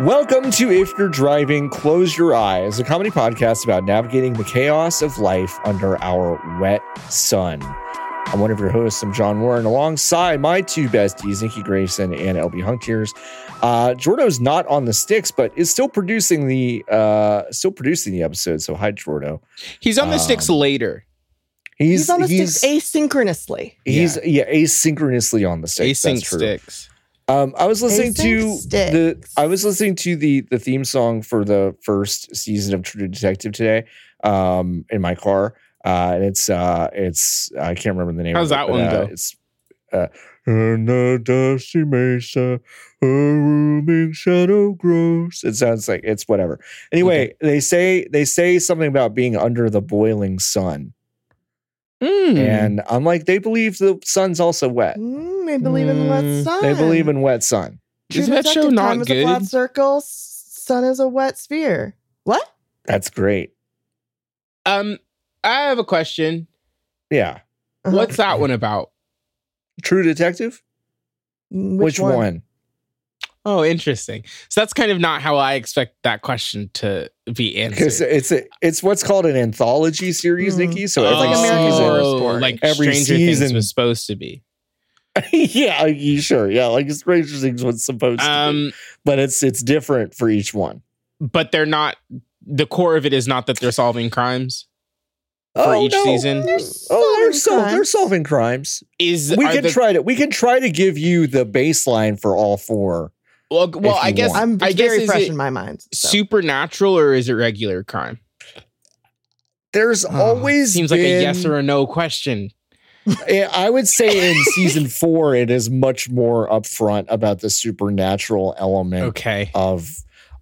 Welcome to If You're Driving, Close Your Eyes, a comedy podcast about navigating the chaos of life under our wet sun. I'm one of your hosts. I'm John Warren, alongside my two besties, Nikki Grayson and LB Hunktears. Uh, Jordo's not on the sticks, but is still producing the uh, still producing the episode. So hi, Jordo. He's on the sticks Um, later. He's He's, on the he's sticks asynchronously. he's yeah. asynchronously on the sticks. Async That's true. sticks. Um, I was listening They to sing the sticks. I was listening to the the theme song for the first season of True Detective today um, in my car, uh, and it's uh, it's I can't remember the name. How's of it, but, that one uh, go? It's uh, in the dusty mesa, a looming shadow grows. It sounds like it's whatever. Anyway, they say they say something about being under the boiling sun, Hmm. Hmm. and I'm like, they believe the sun's also wet. Mm, they believe in the Mm, wet sun. They believe in wet sun. True Is that show Detective, not time Is a flat good? circle. s- Sun is a wet sphere. What? That's great. um, I have a question. Yeah. Uh-huh. What's that one about? True Detective? Mm, Which, one? Oh, interesting. So that's kind of not how I expect that question to be Because answered. it's a, it's what's called an anthology series, Mhm. Nikki. So It's every like American Horror season, Oh, Story. Like Every Stranger Things season. was supposed to be. yeah, you sure, yeah, like Stranger Things was supposed to, be. Um, but it's it's different for each one. but they're not. The core of it is not that they're solving crimes. For each season? Oh, they're- They're oh, they're solving sol- they're crimes. solving crimes. Is We are can the- try to we can try to give you the baseline for all four. well, well if I you guess want. I'm I guess very is fresh it in my mind. so. supernatural or is it regular crime? There's Oh, always seems like a been- yes or a no question. Eh, I would say in season four it is much more upfront about the supernatural element Okay. of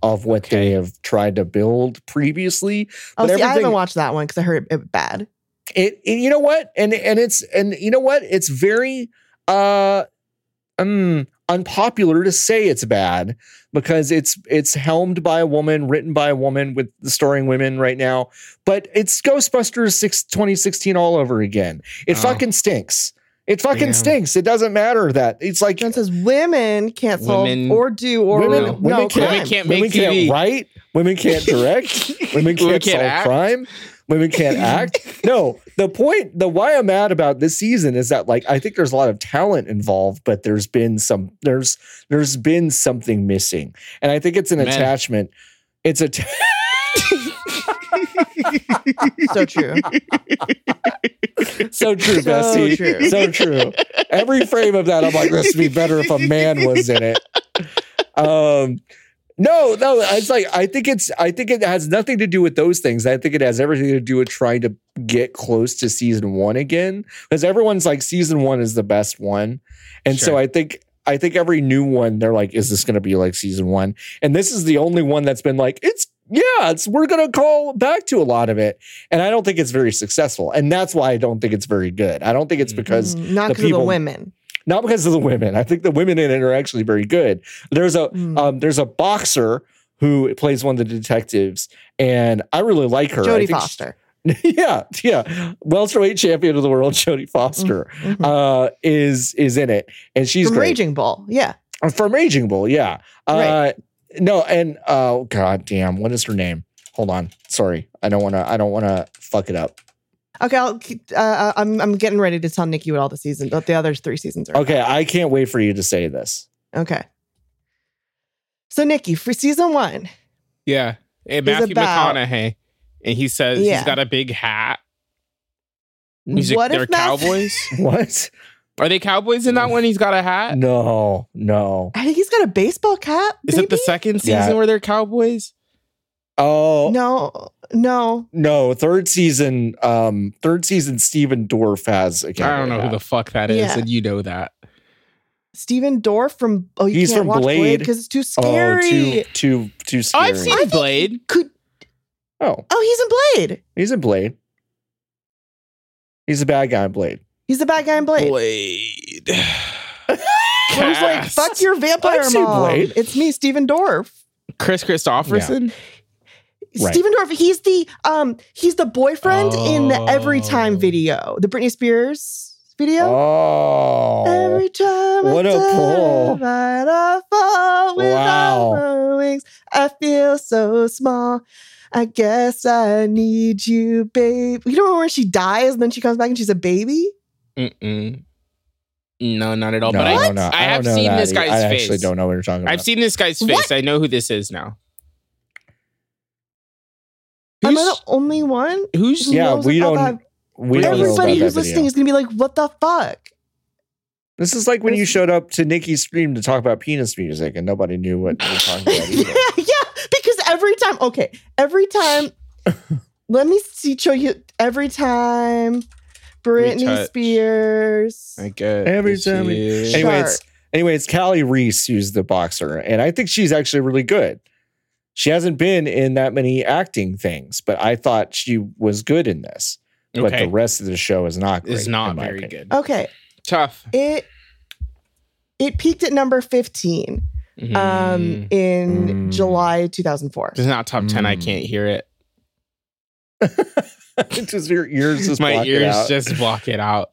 of what they Okay. have tried to build previously. Oh, but see, I everything- haven't watched that one because I heard it, it bad. It, and you know what? And and it's and you know what? It's very uh um unpopular to say it's bad because it's it's helmed by a woman, written by a woman with starring women right now. But it's Ghostbusters 6 2016 all over again. It Oh. fucking stinks. It fucking Damn. stinks. It doesn't matter that it's like John says women can't solve Women- or do or Women- no, women no, can't- crime. Women can't make women can't TV. write, women can't direct, women can't, Women can't solve act. crime, women can't act. No, the point, the why I'm mad about this season is that like I think there's a lot of talent involved, but there's been some there's there's been something missing, and I think it's an Men. attachment. It's a t- So true. so true, So Bessie. true. So true. Every frame of that, I'm like, this would be better if a man was in it. Um, no, no, it's like I think it's I think it has nothing to do with those things. I think it has everything to do with trying to get close to season one again. Because everyone's like season one is the best one. And so Sure. I think I think every new one, they're like, is this gonna be like season one? And this is the only one that's been like, it's yeah, it's we're gonna call back to a lot of it. And I don't think it's very successful. And that's why I don't think it's very good. I don't think it's Mhm. because Mm, the not because of the people- women. not because of the women. I think the women in it are actually very good. There's a Mm. um, there's a boxer who plays one of the detectives, and I really like her. I Jodie think she- Foster. yeah, yeah, welterweight champion of the world, Jodie Foster Mhm. uh, is is in it, and she's From great. Raging Bull. Yeah. Uh, from Raging Bull. Yeah, uh, Right. no, and oh god damn, what is her name? Hold on, sorry, I don't want to. I don't want to fuck it up. Okay, I'll keep, uh, I'm I'm getting ready to tell Nikki what all the seasons, what the other three seasons are. Okay, I can't wait for you to say this. Okay. So Nikki, for season one, Yeah. And Matthew about- McConaughey. And he says he's Yeah. got a big hat. He's What a, if they're Matthew- Mm. cowboys. What? Are they cowboys in that one? He's got a Uh, hat. No, no. I think he's got a baseball cap. Is it the maybe? second season Yeah. where they're cowboys? Oh, No, no. No, third season, um, third season Steven Dorff has a I don't know who the fuck that is, Yeah. and you know that. Steven Dorff from oh, you He's can't from watch Blade. because it's too Oh, scary. too too too Oh, scary. I've seen I think- Blade. Could oh, oh, he's in Blade. he's in Blade. He's a bad guy in Blade. He's the bad guy in Blade. Blade. Where he's like, Cast. fuck your vampire I've seen mom. Blade. It's me, Steven Dorff. Chris Christopherson. Right. Steven Dorff. He's the um. He's the boyfriend in the Every Oh. Time video, the Britney Spears video. Oh. Every time What I a dive, pull. and I fall with Wow. all my wings. I feel so small. I guess I need you, babe. You don't remember when she dies and then she comes back and she's a baby? Mm-mm. No, not at all. No, but I, don't know. I don't have know seen that this either. guy's I face. actually don't know what you're talking about. I've seen this guy's What? face. I know who this is now. Am I Who's- the only one? Who's who Yeah, knows we about don't- that? we don't know about Everybody that who's video. listening is gonna be like, "What the fuck?" This is like when you This- showed up to Nikki's stream to talk about penis music and nobody knew what you were talking about. yeah, either. because every time, okay, every time, let me see, show you every time Britney Retouch. Spears. I guess Every time we- you. Hey, Anyway, it's anyway, it's Callie Reese who's the boxer, and I think she's actually really good. She hasn't been in that many acting things, but I thought she was good in this. But okay. the rest of the show is not great. is not in my very opinion. good. Okay, Tough. it it peaked at number 15 Mm-hmm. um Mm. in Mm. July 2004. it's not top ten. I Mm. can't hear it. just your ears just My block it ears out. just block it out.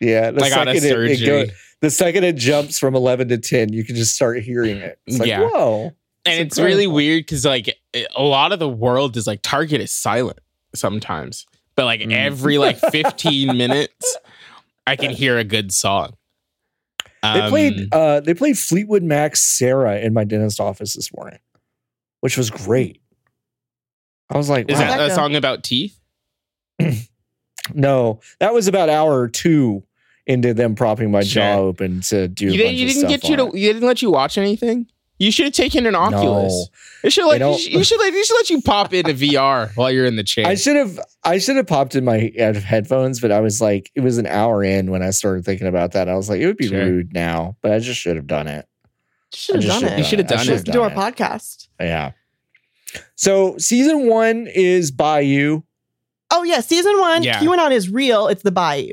yeah. The like out second of it, it surgery. go- the second it jumps from eleven to ten, you can just start hearing it. It's like Yeah. whoa. and It's it's really incredible. weird because like a lot of the world is like Target is silent sometimes, but like Mm. every like 15 minutes, I can hear a good song. They Um, played uh they played Fleetwood Mac's Sarah in my dentist office this morning, which was great. I was like, Is wow. that a Rebecca. song about teeth? no, that was about hour or two into them propping my Sure. jaw open to do. You, a didn't, bunch you of didn't stuff get you on to. You didn't let you watch anything. You should have taken an it. Oculus. It should like you don't- should, you should like you should let you pop into VR while you're in the chair. I should have I should have popped in my head- headphones, but I was like, it was an hour in when I started thinking about that. I was like, it would be Sure. rude now, but I just should have done it. Should have I just done should've it. You should have I done should've it. do our podcast. Yeah. So season one is Bayou. Oh yeah, season one, Yeah. QAnon is real. It's the Bayou.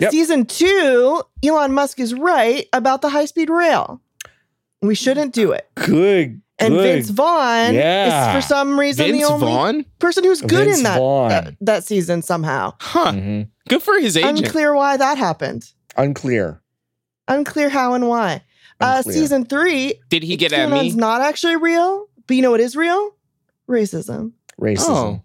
Yep. Season two, Elon Musk is right about the high speed rail. We shouldn't do it. Good. And good. Vince Vaughn Yeah. is for some reason Vince the only Vaughn, person who's good Vince in that, Vaughn. that that season somehow. huh? Mhm. Good for his agent. Unclear why that happened. Unclear. Unclear how and why. Uh, Unclear. season three, Did he get at QAnon's me? not actually real, but you know what is real? Racism racism. Oh.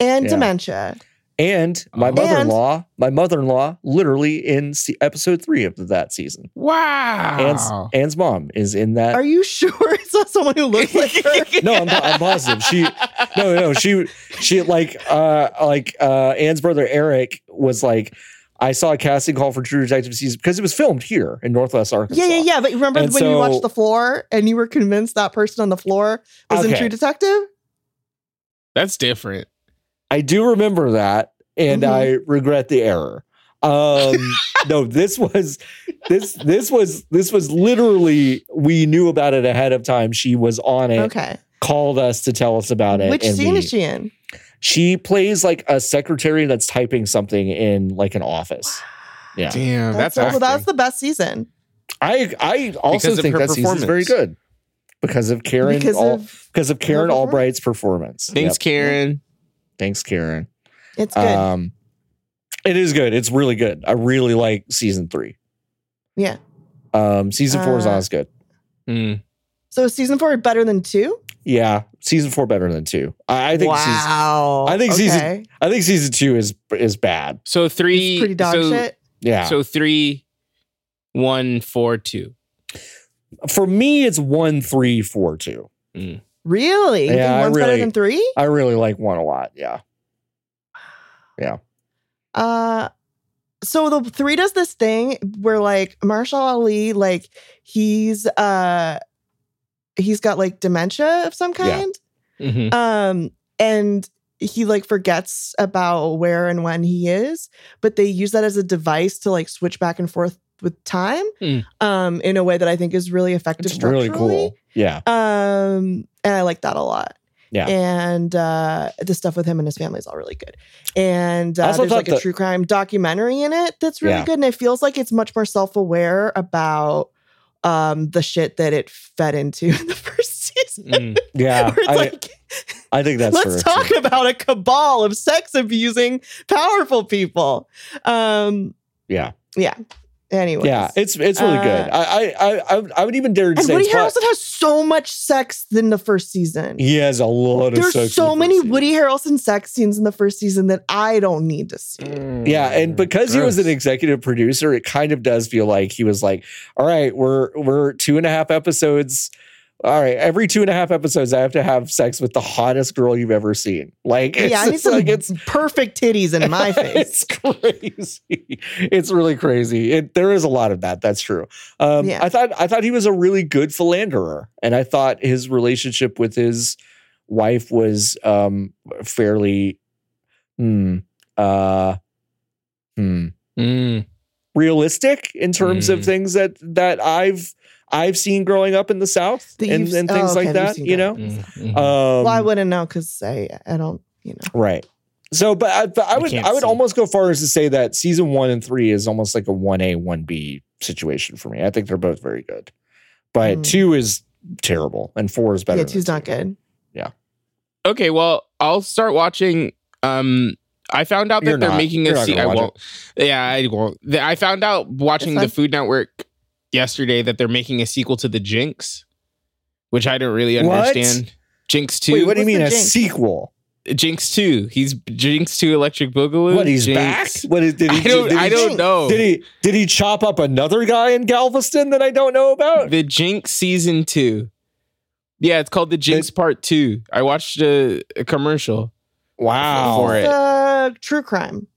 and Yeah. dementia. And my Oh. mother-in-law, my mother-in-law, literally in se- episode three of that season. Anne's, Wow. Anne's mom is in that. Are you sure it's not someone who looks like her? no, I'm, I'm positive. She, no, no, she, she like, uh, like uh, Anne's brother Eric was like, I saw a casting call for True Detective season because it was filmed here in Northwest Arkansas. Yeah, yeah, yeah. But you remember And when you so- watched The Floor and you were convinced that person on the floor was in Okay. True Detective? That's different. I do remember that, and Mhm. I regret the error. Um, no, this was this this was this was literally we knew about it ahead of time. She was on it, Okay. called us to tell us about it. Which and scene we- is she in? She plays like a secretary that's typing something in like an office. Yeah, Damn, Oh, that's, That's- well, that was acting. the best season I I also Because of think her that season's very performance. good because of Karen because Al- of because of Karen performance? Albright's performance. Thanks, Yep. Karen. thanks, Karen. it's good. Um, it is good. It's really good. I really like season three. Yeah. Um, season four is Uh, not as good. Mm. so is season four better than two? Yeah, season four better than two. I, I think. Season, wow. I think season- Okay. I think season two is is bad. So three, It's pretty dog so, shit. Yeah. So three, one, four, two. For me, it's one, three, four, two. Really? You Yeah, think I one's really- better than three? I really like one a lot. Yeah. Uh so the three does this thing where like Marshall Ali, like he's uh he's got like dementia of some Yeah. kind. Mhm. um and he like forgets about where and when he is but they use that as a device to like switch back and forth with time Hmm. um in a way that i think is really effective It's really structurally. cool. Yeah. um and i like that a lot Yeah. and uh the stuff with him and his family is all really good and I uh, also there's thought like a that- true crime documentary in it that's really Yeah. good and it feels like it's much more self-aware about um the shit that it fed into in the first season Mm. Yeah, Where it's I, like, I think that's let's her. talk about a cabal of sex abusing powerful people. Um, Yeah, yeah. Anyway. yeah, it's it's really good. Uh, I I I, I, would- I would even dare to And say Woody it's not- Harrelson has so much sex than the first season. he has a lot of. sex in There's the so first many season. Woody Harrelson sex scenes in the first season that I don't need to see. Mm. Yeah, and because he was an executive producer, it kind of does feel like he was like, "All right, we're we're two and a half episodes. All right, every two and a half episodes, I have to have sex with the hottest girl you've ever seen. Like, it's, yeah, I need it's some like it's perfect titties in my face. it's crazy. It's really crazy. It, there is a lot of that. That's true. Um, Yeah. I thought I thought he was a really good philanderer, and I thought his relationship with his wife was um, fairly, hmm, uh, hmm, Mm. realistic in terms of Mm. things that that I've I've seen growing up in the South That and, you've- and oh, things okay, like that that. you've seen You know, growing Mm. Mhm. um, well, I wouldn't know because I, I don't, you know. Right. So, but I, but I You would can't I would see. almost go far as to say that season one and three is almost like a one A one B situation for me. I think they're both very good, but Mm. two is terrible and four is better. Yeah, than two's two. not good. okay well i'll start watching um i found out that You're they're not. making You're a not se- gonna i watch won't yeah i won't The- i found out watching It's the fine. food network yesterday that they're making a sequel to the jinx which i don't really What? understand jinx 2 Wait, what do you What's mean the a jinx? sequel? jinx 2 he's jinx 2 electric boogaloo What he's Jinx. back? What is, did he? i don't did he, i don't Jinx. know Did he did he chop up another guy in Galveston that I don't know about? the jinx season 2 yeah it's called the jinx part 2 i watched a, a commercial Wow. For it. Uh, true crime.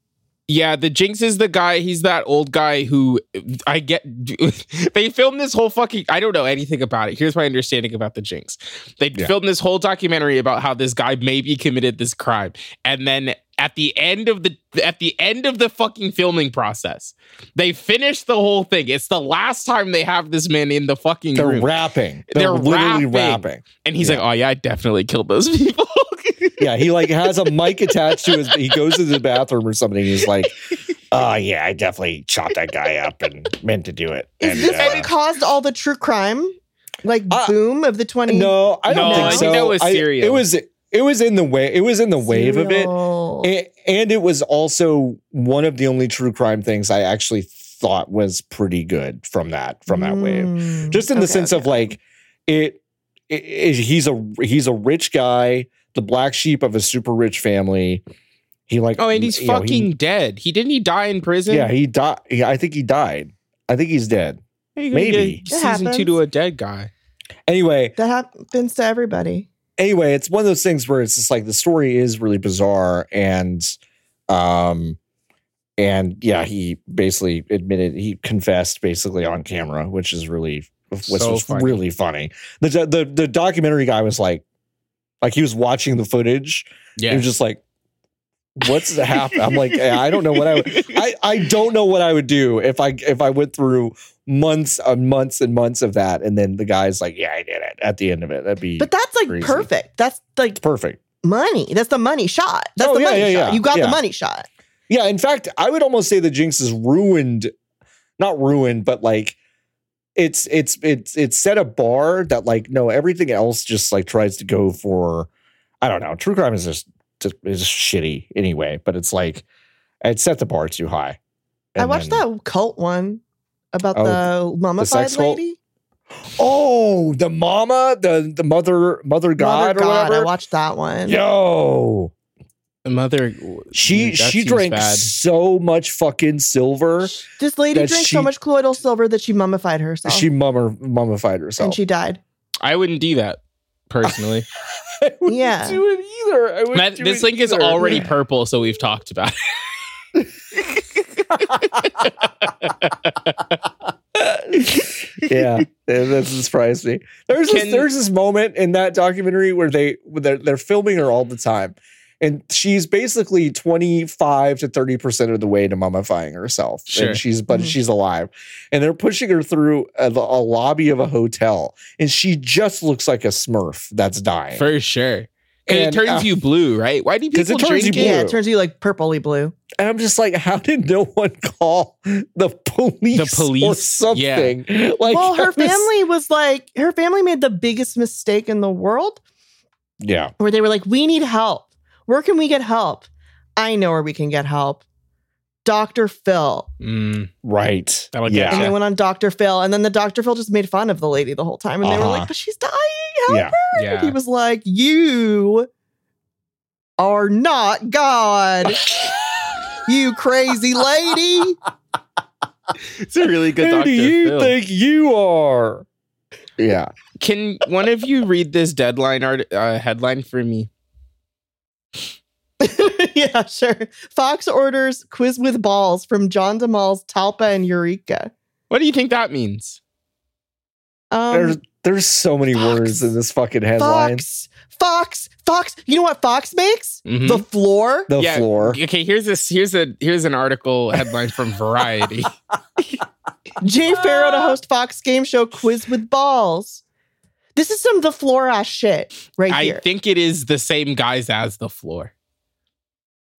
Yeah, the Jinx is the guy. He's that old guy who I get. They filmed this whole fucking. I don't know anything about it. Here's my understanding about the Jinx. They Yeah. filmed this whole documentary about how this guy maybe committed this crime, and then at the end of the at the end of the fucking filming process, they finished the whole thing. It's the last time they have this man in the fucking They're room, rapping. They're, They're literally rapping. rapping. and he's yeah. like, "Oh yeah, I definitely killed those people." Yeah, he like has a mic attached to his. He goes to the bathroom or something. And he's like, "Oh yeah, I definitely chopped that guy up and meant to do it." Is And, this uh, what caused all the true crime? Like Uh, boom of the 20 no, I don't No, think I so. think that was I- cereal. it was it was in the way. It was in the wave of it, Serial. and, and it was also one of the only true crime things I actually thought was pretty good from that from that wave. Mm, Mm-hmm. just in the okay, sense okay. of like it, it, it- he's a he's a rich guy the black sheep of a super rich family he like oh, and he's you know, he- fucking dead. He didn't he die in prison? yeah he died i think he died i think he's dead How you gonna get maybe. season It two to a dead guy. anyway that happens to everybody. anyway it's one of those things where it's just like the story is really bizarre and um and yeah he basically admitted he confessed basically on camera which is really which So was funny. really funny the, the the documentary guy was like like he was watching the footage Yeah. You're just like, what's happening? I'm like, I don't know what I would. I, I don't know what I would do if I if I went through months and months and months of that, and then the guy's like, yeah, I did it at the end of it. That'd be But that's like Crazy. perfect. That's like perfect. money. That's the money shot. That's Oh, the yeah, money yeah, shot. yeah, You got yeah. the money shot. Yeah, in fact, I would almost say the Jinx is ruined, not ruined, but like it's it's it's it's set a bar that like no everything else just like tries to go for I don't know true crime is just just- is shitty anyway, but it's like it set the bar too high. I And watched then- that cult one about Oh, the mummified sex cult? lady. Oh, the mama, the the mother, mother Mother god, or whatever. I watched that one. Yo, The mother. she That she seems drank bad. so much fucking silver. This lady That drank she- so much colloidal silver that she mummified herself. She mummer mummified and herself. she died. I wouldn't do that personally. I wouldn't Yeah. do it either. I wouldn't Matt, do this it link is either. already purple, so we've talked about it. yeah, that surprised me. There's Can- this, there's this moment in that documentary where they where they're, they're filming her all the time, and she's basically 25 to 30 percent of the way to mummifying herself, Sure. and she's but Mhm. she's alive, and they're pushing her through a, a lobby of a hotel, and she just looks like a Smurf that's dying. For sure. And it And, turns uh, you blue, right? Why do 'cause people it turns drink you it? blue. Yeah, it turns you like purpley blue. And I'm just like, how did no one call the police? The police, or yeah. something. Like, well, I her was- family was like, her family made the biggest mistake in the world Yeah, where they were like, we need help. Where can we get help? I know where we can get help. Dr. Phil. Mm. right. That'll get yeah, And they went on Dr. Phil. And then the Dr. Phil just made fun of the lady the whole time. And they were Uh-huh. like, but she's dying. Help yeah. her. He Yeah. was like, you are not God. you crazy lady. It's a really good Who doctor. do you Phil. think you are? Yeah. Can one of you read this deadline art uh, headline for me? yeah, sure. Fox orders quiz with balls from John DeMall's Talpa and Eureka. What do you think that means? There's Um, there's so many Fox. words in this fucking headline. Fox, Fox, Fox. You know what Fox makes? Mhm. The floor. Hmm? The Yeah. floor. okay, here's this. Here's a here's an article headline from Variety. Jay Farrow to host Fox game show Quiz with Balls. This is some the floor ass shit right I here. think it is the same guys as the floor.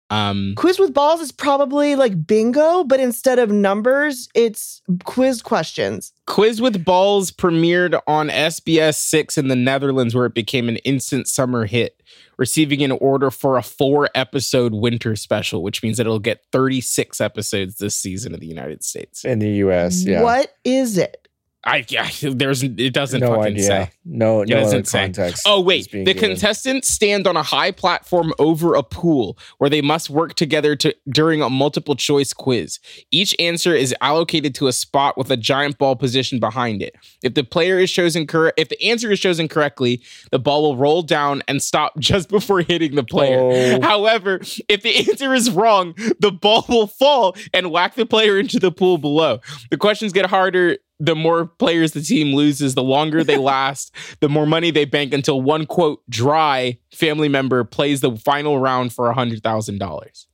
Um, quiz with balls is probably like bingo, but instead of numbers, it's quiz questions. Quiz with Balls premiered on SBS 6 in the Netherlands, where it became an instant summer hit, receiving an order for a four episode winter special, which means that it'll get 36 episodes this season in the United States. in the U.S. Yeah. What is it? I, yeah, there's, it doesn't no fucking idea. say. No, no doesn't other say. context. Oh, is wait. being The given. contestants stand on a high platform over a pool where they must work together to during a multiple choice quiz. Each answer is allocated to a spot with a giant ball positioned behind it. If the player is chosen cor- if the answer is chosen correctly, the ball will roll down and stop just before hitting the player. Oh. However, if the answer is wrong, the ball will fall and whack the player into the pool below. The questions get harder the more players the team loses, the longer they last, the more money they bank until one quote dry family member plays the final round for $100,000.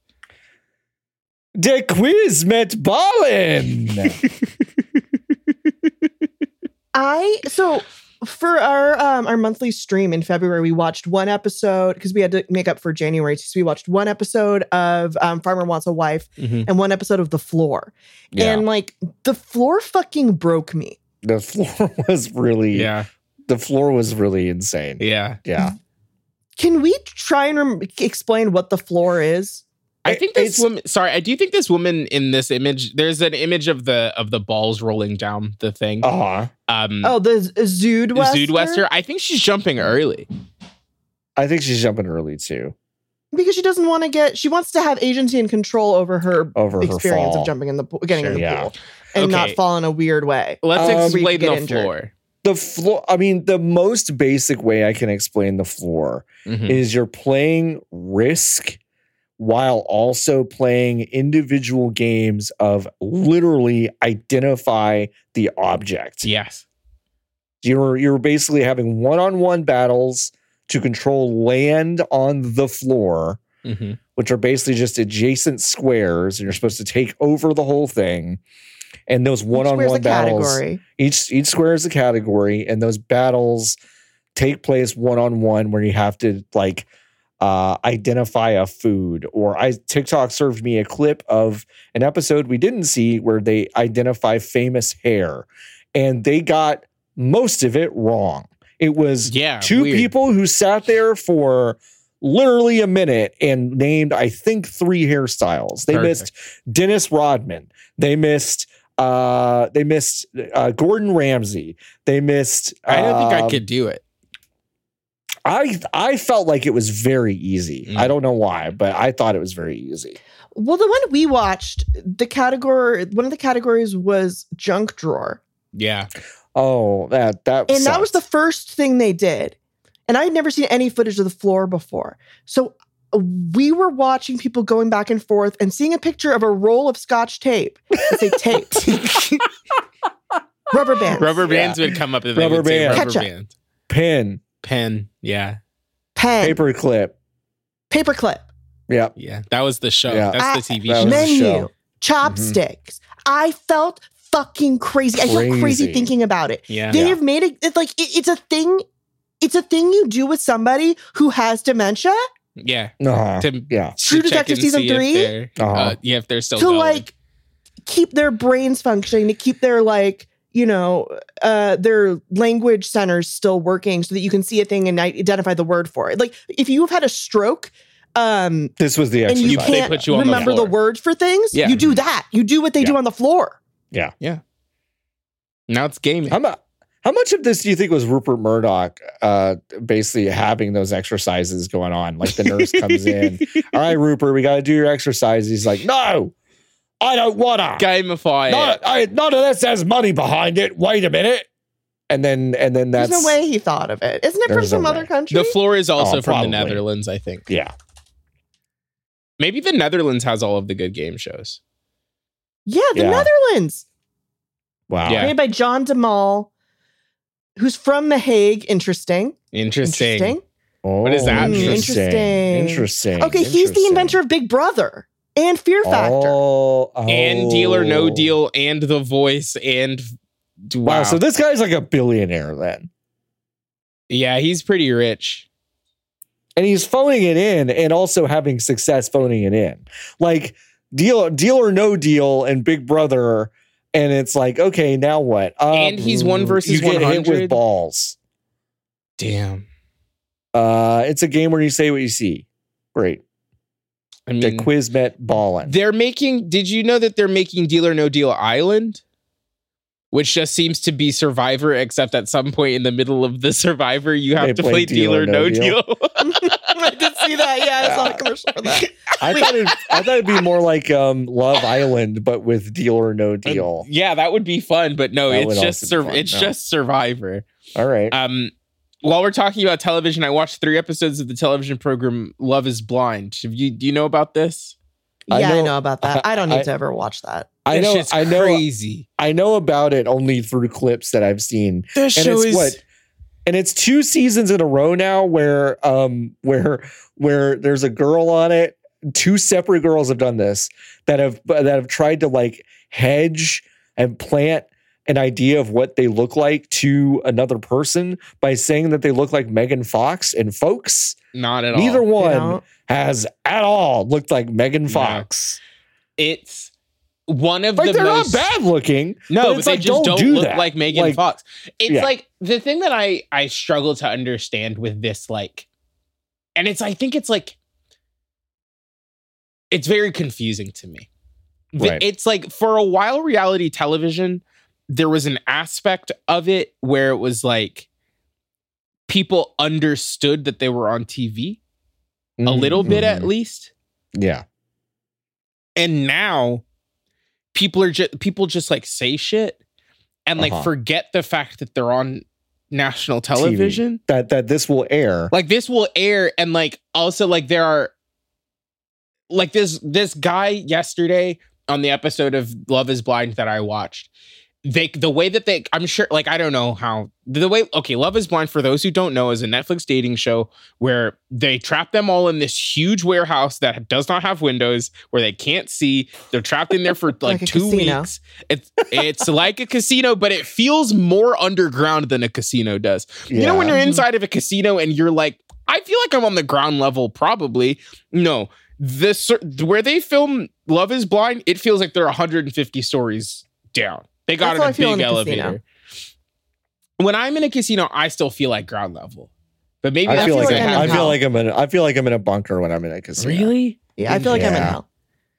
The quiz met Ballin. I so for our um our monthly stream in February, we watched one episode because we had to make up for January. So we watched one episode of um, Farmer Wants a Wife Mm-hmm. and one episode of The Floor. yeah. And like The Floor fucking broke me. The floor was really. Yeah. The floor was really insane. Yeah. Yeah. Can we try and rem- explain what The Floor is? I It- think this it's- woman sorry, I do think this woman in this image there's an image of the of the balls rolling down the thing. Uh huh. Um Oh, the Z- Zood Wester. Zoodwester. I think she's jumping early. I think she's jumping early too Because she doesn't want to get, she wants to have agency and control over her over her experience fall. of jumping in the pool, getting Sure, in the yeah. pool, and not Okay. fall in a weird way. Let's Um, explain Oh, Get the injured. floor. the floor. I mean, the most basic way I can explain the floor Mhm. is you're playing Risk while also playing individual games of literally identify the object. Yes. You're you're basically having one-on-one battles to control land on the floor, Mhm. which are basically just adjacent squares, and you're supposed to take over the whole thing. And those Where's the one-on-one battles, category? each each square is a category, and those battles take place one-on-one, where you have to like uh, identify a food. Or I TikTok served me a clip of an episode we didn't see where they identify famous hair, and they got most of it wrong. It was Yeah. two Uh, weird. people who sat there for literally a minute and named i think three hairstyles they Perfect. missed dennis rodman they missed uh they missed uh gordon ramsay they missed I don't think I um, could do it. i i felt like it was very easy Mm. i don't know why but i thought it was very easy Well, the one we watched, the category, one of the categories was junk drawer, Yeah. oh that that and that was the sucked. first thing they did. And I had never seen any footage of the floor before, so uh, we were watching people going back and forth and seeing a picture of a roll of scotch tape. And say tape, rubber band, Rubber bands would come up and they Oh, Rubber would say band. rubber Ketchup. band. pin Pen. Yeah. pen, paper, paper clip clip, yep Yeah. That was the show. Yeah. That's the TV that show. was a menu, show. Mm-hmm. chopsticks. I felt fucking crazy. I felt Crazy. crazy thinking about it. yeah. They Yeah. have made it. It's like it, it's a thing It's a thing you do with somebody who has dementia. Yeah. Uh-huh. To, Yeah. True to check Detective and season see if three? they're- Uh-huh. Uh, yeah, if they're still to going. like keep their brains functioning to keep their like you know uh their language centers still working so that you can see a thing and identify the word for it like if you've had a stroke um This was the and exercise. you They can't put you on the remember the, floor. word for things Yeah. you do that you do what they do Yeah. on the floor now it's gaming. How, mu- how much of this do you think was Rupert Murdoch uh, basically having those exercises going on? Like the nurse comes in, all right, Rupert, we got to do your exercises. He's like, no, I don't want to. Gamify. None, it. I, none of this has money behind it. Wait a minute. And then, and then that's there's no way he thought of it isn't it from There's no some other way. country The floor is also Oh, from the probably. Netherlands, I think. yeah. Maybe the Netherlands has all of the good game shows. yeah the Yeah. netherlands Wow. Yeah. made by john de Mol, who's from the hague interesting Interesting. What is that? Oh, Interesting. Hmm, Interesting. Interesting. okay he's the Interesting. inventor of big brother and fear factor Oh, oh. And Deal or No Deal, and The Voice, and wow. Wow. So this guy's like a billionaire then. yeah, he's pretty rich. and he's phoning it in and also having success phoning it in like deal deal or no deal and big brother and it's like okay now what Um, And he's one versus you get hit 100. with balls Damn. uh it's a game where you say what you see great I the mean, quiz met ballin they're making. Did you know that they're making Deal or No Deal Island? Which just seems to be Survivor, except at some point in the middle of the Survivor, you have They to play play Deal or No Deal. I did see that. Yeah, I saw a commercial for that. i thought it, i thought it'd be more like um love island but with deal or no Um, deal yeah, that would be fun, but no, That would it's just also be sur- fun, it's no. just Survivor. all right Um, while we're talking about television, I watched three episodes of the television program Love Is Blind. Have you do you know about this? I yeah, I know- know about that. I don't need I- to ever watch that. i This know shit's i know uh, crazy. i know about it only through clips that i've seen This and show it's is what and it's two seasons in a row now where um where where there's a girl on it two separate girls have done this that have that have tried to like hedge and plant an idea of what they look like to another person by saying that they look like Megan Fox and folks not at neither all. You one know? has at all looked like Megan No. Fox It's one of like the they're most not bad looking No, but but, it's they like, just don't don't, do look that. like Megan Like- Fox. It's Yeah. like the thing that I I struggle to understand with this like and it's I think it's like it's very confusing to me. The- Right. It's like for a while reality television there was an aspect of it where it was like people understood that they were on TV a little bit at Mhm. least yeah and now people are just people just like say shit and like Uh-huh. forget the fact that they're on national television that that this will air like this will air and like also like there are like this this guy yesterday on the episode of love is blind that i watched they the way that they i'm sure like i don't know how the way okay love is blind for those who don't know is a netflix dating show where they trap them all in this huge warehouse that does not have windows where they can't see they're trapped in there for like, a two casino. weeks it's it's like a casino but it feels more underground than a casino does you know when Yeah. you're Mhm. inside of a casino and you're like, I feel like I'm on the ground level, probably. No, this where they film Love Is Blind, it feels like they're 150 stories down. They got That's how I in feel a in big a elevator. casino. When I'm in a casino, I still feel like ground level, but maybe I that's feel like because I'm, I'm I in feel hell. like I'm in I feel like I'm in a bunker when I'm in a casino. really. Yeah, I feel like I'm in Yeah. hell.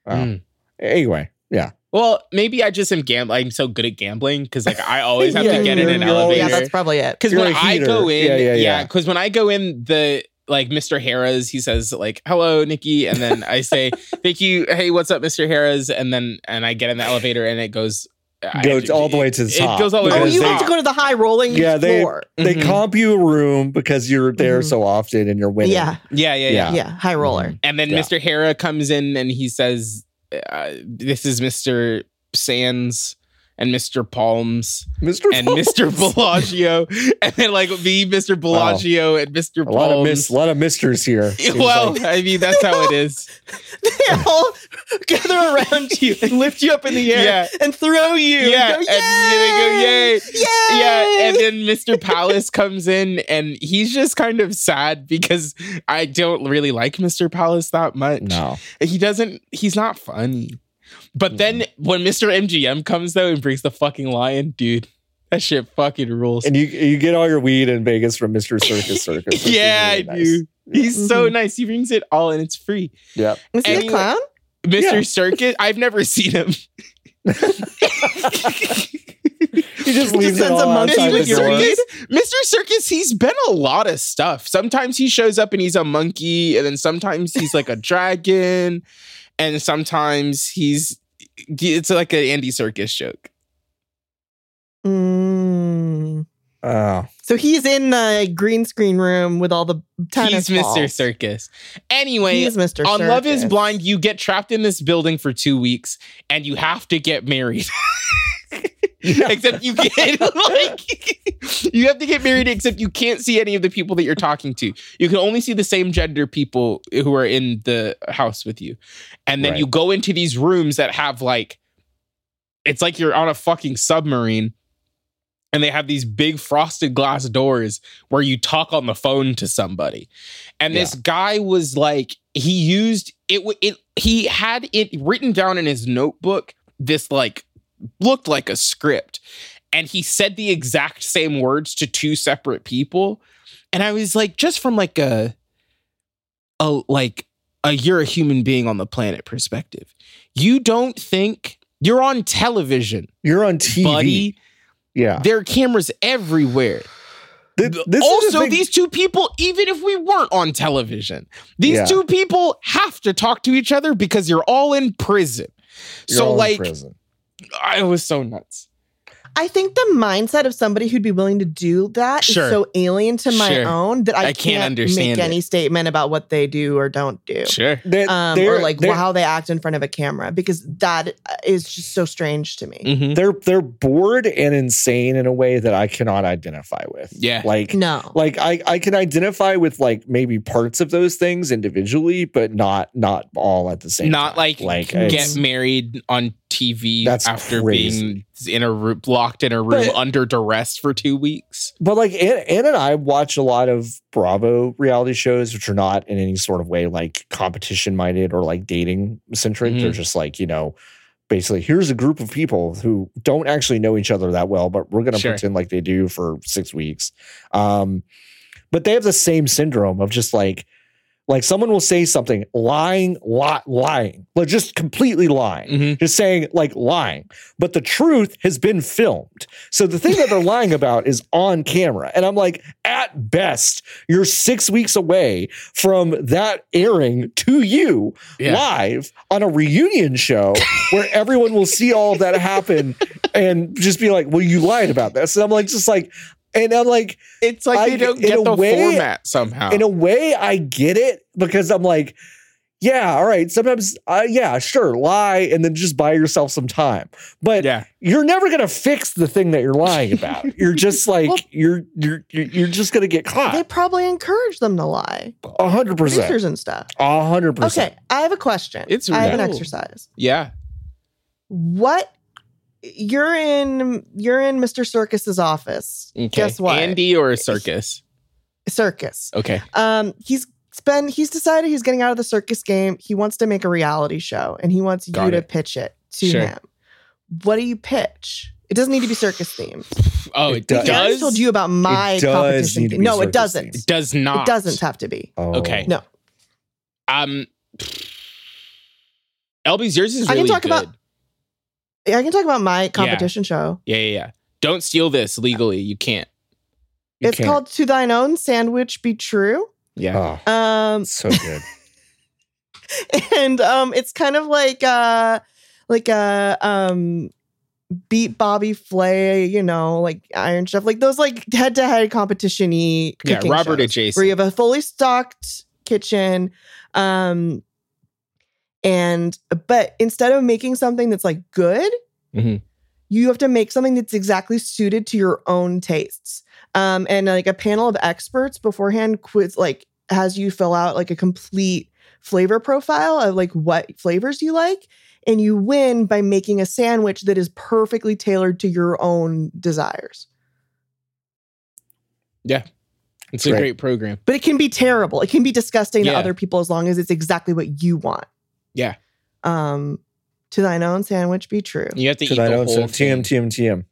Wow. Mm. Anyway, yeah. Well, maybe I just am gambling. I'm so good at gambling because like I always have to Yeah, get in an you're always- elevator. Yeah, that's probably it. because You're when a I heater. go in, Yeah, yeah, yeah, yeah. Because when I go in, the like Mr. Harris, he says like "Hello, Nikki," and then I say "Thank you." Hey, what's up, Mr. Harris? And then and I get in the elevator, and it goes I- Goes all the way to the it top. goes all the way Oh, to Because you the have top. to go to the high rolling Yeah, they- floor. They Mhm. comp you a room because you're there Mhm. Mm-hmm. so often and you're winning. Yeah, yeah, yeah, yeah, Yeah. yeah, high roller. And then Yeah. Mr. Hera comes in and he says, uh, "This is Mr. Sands." and Mr. Palms Mr. and Fox. Mr. Bellagio, and then like me, Mr. Bellagio, and Mr. A lot of miss, Palms. a lot of misters here. Seems Well, like. I mean that's how it is. They all gather around you and lift you up in the air Yeah. and throw you. Yeah, and, and go, they yay! go, Yeah, and then Mr. Palace comes in, and he's just kind of sad because I don't really like Mr. Palace that much. no, He doesn't. He's not funny. But then Mm. when Mr. MGM comes though and brings the fucking lion, dude, that shit fucking rules. and you you get all your weed in Vegas from Mr. Circus Circus. which is yeah, really I nice. do. He's so Mhm. nice. He brings it all, and it's free. Yeah, Is he Anyway. a clown? Mr. Yeah. Circus, I've never seen him. he just leaves it sends all a monkey outside Mr. the with your door. weed. Circus, Mr. Circus, he's been a lot of stuff. Sometimes he shows up and he's a monkey, and then sometimes he's like a dragon, and sometimes he's it's like an Andy Circus joke. Mm. Oh, So he's in the green screen room with all the tennis he's Mr. balls. Circus. Anyway, He's Mr. on Love Is Circus. Blind, you get trapped in this building for two weeks and you have to get married. except you get like you have to get married. Except you can't see any of the people that you're talking to. You can only see the same gender people who are in the house with you, and then Right. you go into these rooms that have like it's like you're on a fucking submarine. And they have these big frosted glass doors where you talk on the phone to somebody and this guy was like he used it w- it he had it written down in his notebook this like looked like a script and he said the exact same words to two separate people and i was like just from like a a like a you're a human being on the planet perspective you don't think you're on television you're on TV. buddy Yeah. there are cameras everywhere Th- this is also, the thing- these two people, even if we weren't on television, these Yeah. two people have to talk to each other because you're all in prison. you're so, all in like, prison. I was so nuts. I think the mindset of somebody who'd be willing to do that is Sure. so alien to my Sure. own that I, I can't understand make it. any statement about what they do or don't do. Sure. They- Um, they're- or like they're- how they act in front of a camera because that is just so strange to me. hmm they're they're bored and insane in a way that I cannot identify with. Yeah. Like No. like I, I can identify with like maybe parts of those things individually, but not not all at the same Not time. like, it's- get married on TV That's after crazy. being in a room, locked in a room But- under duress for two weeks. but like Ann, Ann and I watch a lot of Bravo reality shows, which are not in any sort of way like competition minded or like dating centric. They're Mhm. just like, you know, basically here's a group of people who don't actually know each other that well, but we're gonna Sure. pretend like they do for six weeks. Um, but they have the same syndrome of just like like someone will say something, lying, lot lying, like just completely lying Mhm. just saying like lying but the truth has been filmed so the thing that they're lying about is on camera and i'm like at best you're six weeks away from that airing to you Yeah. live on a reunion show where everyone will see all of that happen and just be like well you lied about this and i'm like just like and i'm like It's like I- they don't in a get the way- format somehow. in a way i get it because i'm like yeah all right sometimes uh, yeah sure lie and then just buy yourself some time but yeah. you're never gonna fix the thing that you're lying about you're just like Well- you're you're you're you're just gonna get They caught probably encourage them to lie. a hundred ah. percent Producers and stuff. a hundred percent Okay. I have a question. It's I have an real. exercise. Yeah. What you're in you're in Mr. Circus's office. Okay. Guess what? Andy or a circus? Circus. Okay. Um, he's been he's decided he's getting out of the circus game. He wants to make a reality show and he wants Got you to it. pitch it to Sure. him. What do you pitch? It doesn't need to be circus themed. Oh, It it, does. Okay, I already does. told you about my It does competition. need to thing. be no, circus it doesn't. themed. Does not. It doesn't have to be. oh. Okay. No. Um, LB's yours is I really can talk good. about- I can talk about my competition show. yeah, yeah, yeah. Don't steal this legally. You can't. You it's can't. called "To Thine Own Sandwich Be True," Yeah. oh um, it's so good and um, it's kind of like uh, like a um, beat Bobby Flay, you know, like Iron Chef, like those like head to head competition y. yeah. Robert shows, where adjacent. you have a fully stocked kitchen, um, and but instead of making something that's like good, Mhm. you have to make something that's exactly suited to your own tastes. Um, and like a panel of experts beforehand quiz like has you fill out like a complete flavor profile of like what flavors you like. And you win by making a sandwich that is perfectly tailored to your own desires. It's Right. a great program. But it can be terrible. It can be disgusting to Yeah. other people as long as it's exactly what you want. Yeah. Um, to thine own sandwich be true. You have to eat Tonight, the oh, whole so TM, thing. TM, TM.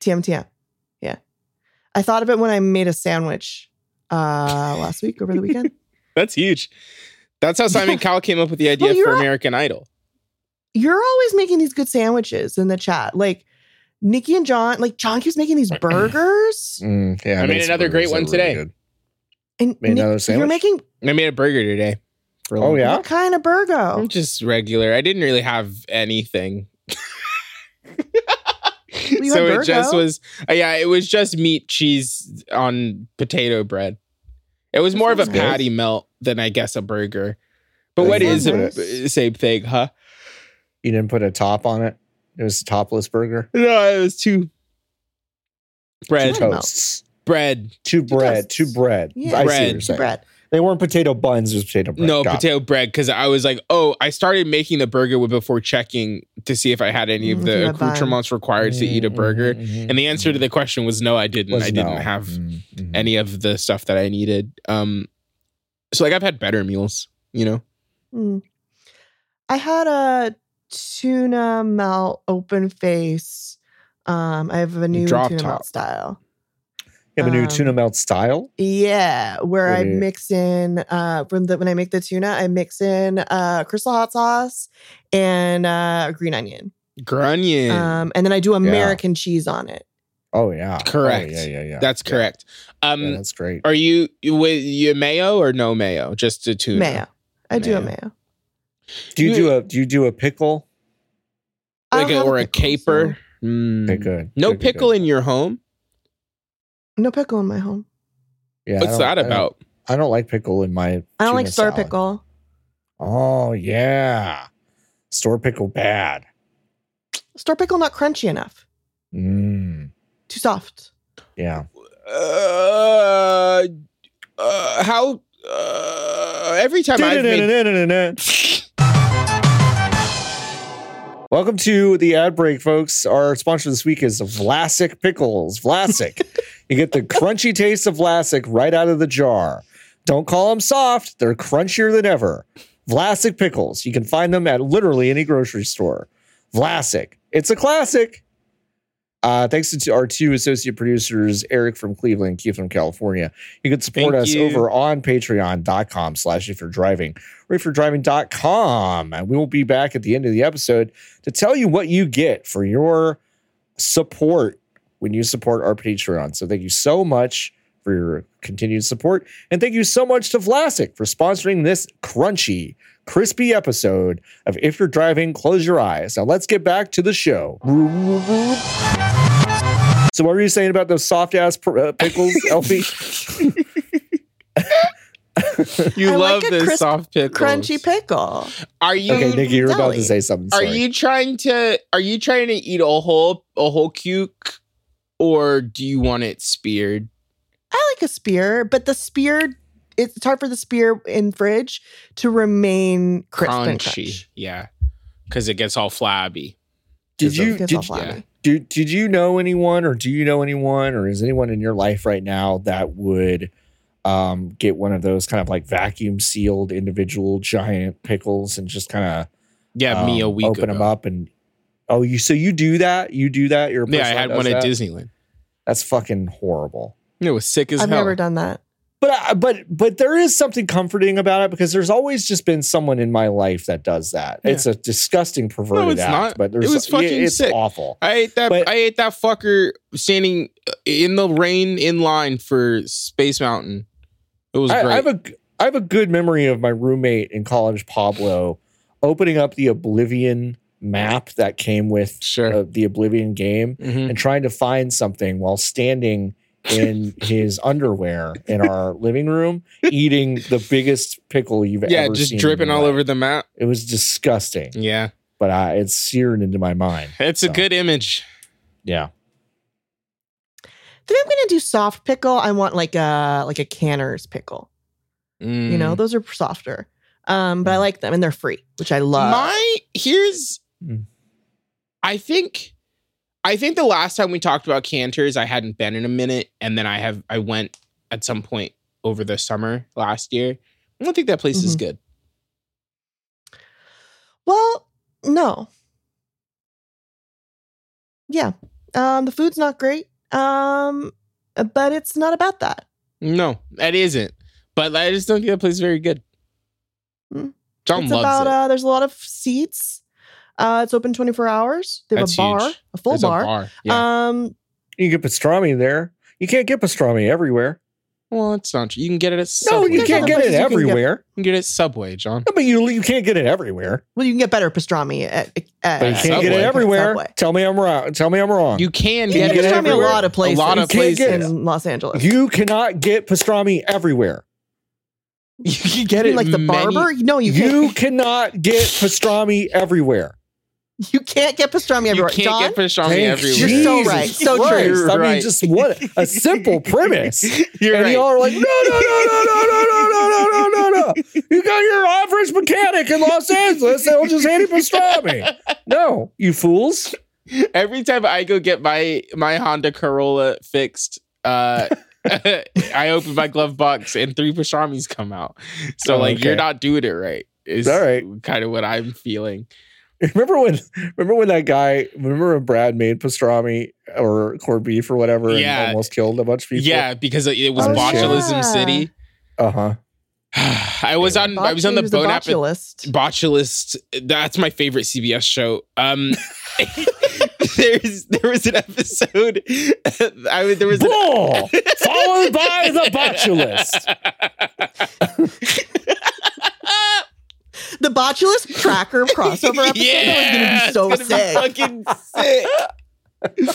TM TM. Yeah. I thought of it when I made a sandwich uh last week over the weekend. That's huge. That's how Simon Cowell came up with the idea Well, you're for right. American Idol. You're always making these good sandwiches in the chat. Like Nikki and John, like John keeps making these burgers. Mm, yeah, I made some another great burgers that were one today. good. And Made another you're sandwich? making I made a burger today. For Oh, lunch. yeah? what kind of burger? I'm just regular. I didn't really have anything. you so had it just burgo? was, uh, yeah, it was just meat, cheese on potato bread. It was That more of a sounds nice. patty melt than I guess a burger. But That what is sounds a nice. b- same thing, huh? You didn't put a top on it. It was a topless burger. No, it was two bread, Two Bread melt. Toasts. bread, Two bread. toasts. Two bread. Yeah. I see what Bread. you're saying. bread. They weren't potato buns. It was potato bread. no Got it. potato bread. Because I was like, oh, I started making the burger with- before checking to see if I had any Mm, of if you the had bun. accoutrements required to eat a Mm, burger. mhm, mhm, And the answer to the question was no, I didn't. was I didn't no. have Mm, mhm. any of the stuff that I needed. Um, so like I've had better meals, you know. Mm. I had a tuna melt open face. Um, I have a new Drop tuna top. melt style. You have a new um, tuna melt style. Yeah, where I Really? mix in uh from the when I make the tuna, I mix in uh crystal hot sauce and uh green onion. Grunion. Um and then I do American cheese on it. Oh yeah. Oh, Correct. yeah, yeah, yeah. that's Yeah. correct. Um, Yeah, that's great. are you with your mayo or no mayo? Just a tuna. Mayo. I do a Mayo. mayo. Do you do a do you do a pickle? I like don't a, have or a pickle, caper. so- Mm. Okay, good. No Good, good, pickle good. in your home. No pickle in my home. Yeah, I What's don't- that I don't- about? I don't like pickle in my. I don't tuna like star salad. pickle. Oh yeah, store pickle bad. Star pickle not crunchy enough. Mm, Too soft. yeah, Uh, uh, how? Uh, every time I've made. Welcome to the ad break, folks. Our sponsor this week is Vlasic Pickles. Vlasic. you get the crunchy taste of Vlasic right out of the jar. Don't call them soft, they're crunchier than ever. Vlasic Pickles. You can find them at literally any grocery store. Vlasic. It's a classic. Uh, thanks to our two associate producers, Eric from Cleveland, Keith from California. You can support Thank us you. over on patreon.com slash if you're driving or if you're driving.com. And we will be back at the end of the episode to tell you what you get for your support when you support our Patreon. So thank you so much for your continued support. And thank you so much to Vlasic for sponsoring this crunchy, crispy episode of If You're Driving, Close Your Eyes. Now let's get back to the show. So what were you saying about those soft ass pr- uh, pickles, Elfie? You I love like a this crisp, soft pickles. Crunchy pickle. Are you? Okay, Nikki, you're about to Deli. say something. Are sorry. you trying to are you trying to eat a whole a whole cuke or do you want it speared? I like a spear, but the spear it's it's hard for the spear in fridge to remain crisp and Crunchy. crunchy. Yeah. Cause it gets all flabby. Did you Gets did, all flabby. do, did you know anyone or do you know anyone or is anyone in your life right now that would um, get one of those kind of like vacuum sealed individual giant pickles and just kind of Yeah, me a week Oh, open ago. them up and oh you so you do that you do that you're a Yeah, I person that had does one that? at Disneyland. that's fucking horrible It was sick as I've hell. never done that. but I, but but there is something comforting about it because there's always just been someone in my life that does that Yeah. it's a disgusting perverted it's act not. but there's was yeah, fucking it's sick. awful I ate that But- I ate that fucker standing in the rain in line for Space Mountain. It was I, great. I have a I have a good memory of my roommate in college, Pablo, opening up the Oblivion map that came with sure. uh, the Oblivion game Mm-hmm. Mhm. and trying to find something while standing in his underwear in our living room, eating the biggest pickle you've Yeah, ever just seen in dripping your all life. over the map. It was disgusting, Yeah. but I, it's seared into my mind. It's a So. good image. Yeah. Then I'm gonna do soft pickle. I want like a like a canner's pickle. Mm. You know, those are softer. Um, but I like them and they're free, which I love. my here's Mm. I think I think the last time we talked about canters, I hadn't been in a minute, and then I have I went at some point over the summer last year. I don't think that place is Mhm. good. well, no. Yeah. Um, the food's not great. Um, but it's not about that. No, that isn't. But I just don't think that place is very good. Mm. John it's loves about it. uh there's a lot of seats. Uh it's open 24 hours. They have That's a bar, huge. a full There's bar. A bar. Yeah. Um You can get pastrami there. You can't get pastrami everywhere. well, it's not true. You can get it No, at Subway. you there's can't other get it places you can get- everywhere. You can get it at Subway, John. No, but you you can't get it everywhere. well you can get better pastrami at, at But you Uh, can't Subway. get it everywhere. Subway. Tell me I'm wrong. Tell me I'm wrong. You, You can You Yeah, you get it can get pastrami a everywhere. lot of places. A lot You of can't get places. in Los Angeles. cannot get pastrami everywhere. You can get You it mean like the many- barber? No, you, You, can't. cannot get pastrami everywhere. You can't get pastrami You everywhere. can't John, get pastrami Thank everywhere. You're so Jesus right. So true. Christ. You're I mean, right. just what a simple premise. You're and right. y'all are like, no, no, no, no, no, no, no, no, no, no, no, no. You got your average mechanic in Los Angeles. They'll just hand you pastrami. No, you fools. Every time I go get my my Honda Corolla fixed, uh I open my glove box and three pastrami's come out. So Oh, like you're okay. not doing it right. Is All right. kind of what I'm feeling. Remember when? Remember when that guy? Remember when Brad made pastrami or corned beef or whatever, and Yeah. almost killed a bunch of people. Yeah, because it was Oh, botulism yeah. city. Uh huh. I was on I was on the Botulus, Bon Appetit botulist. botulist that's my favorite cbs show um there's there was an episode i was- there was an, Bull, followed by the botulist. The botulist cracker crossover episode Yeah, that was going to be so it's sick. fucking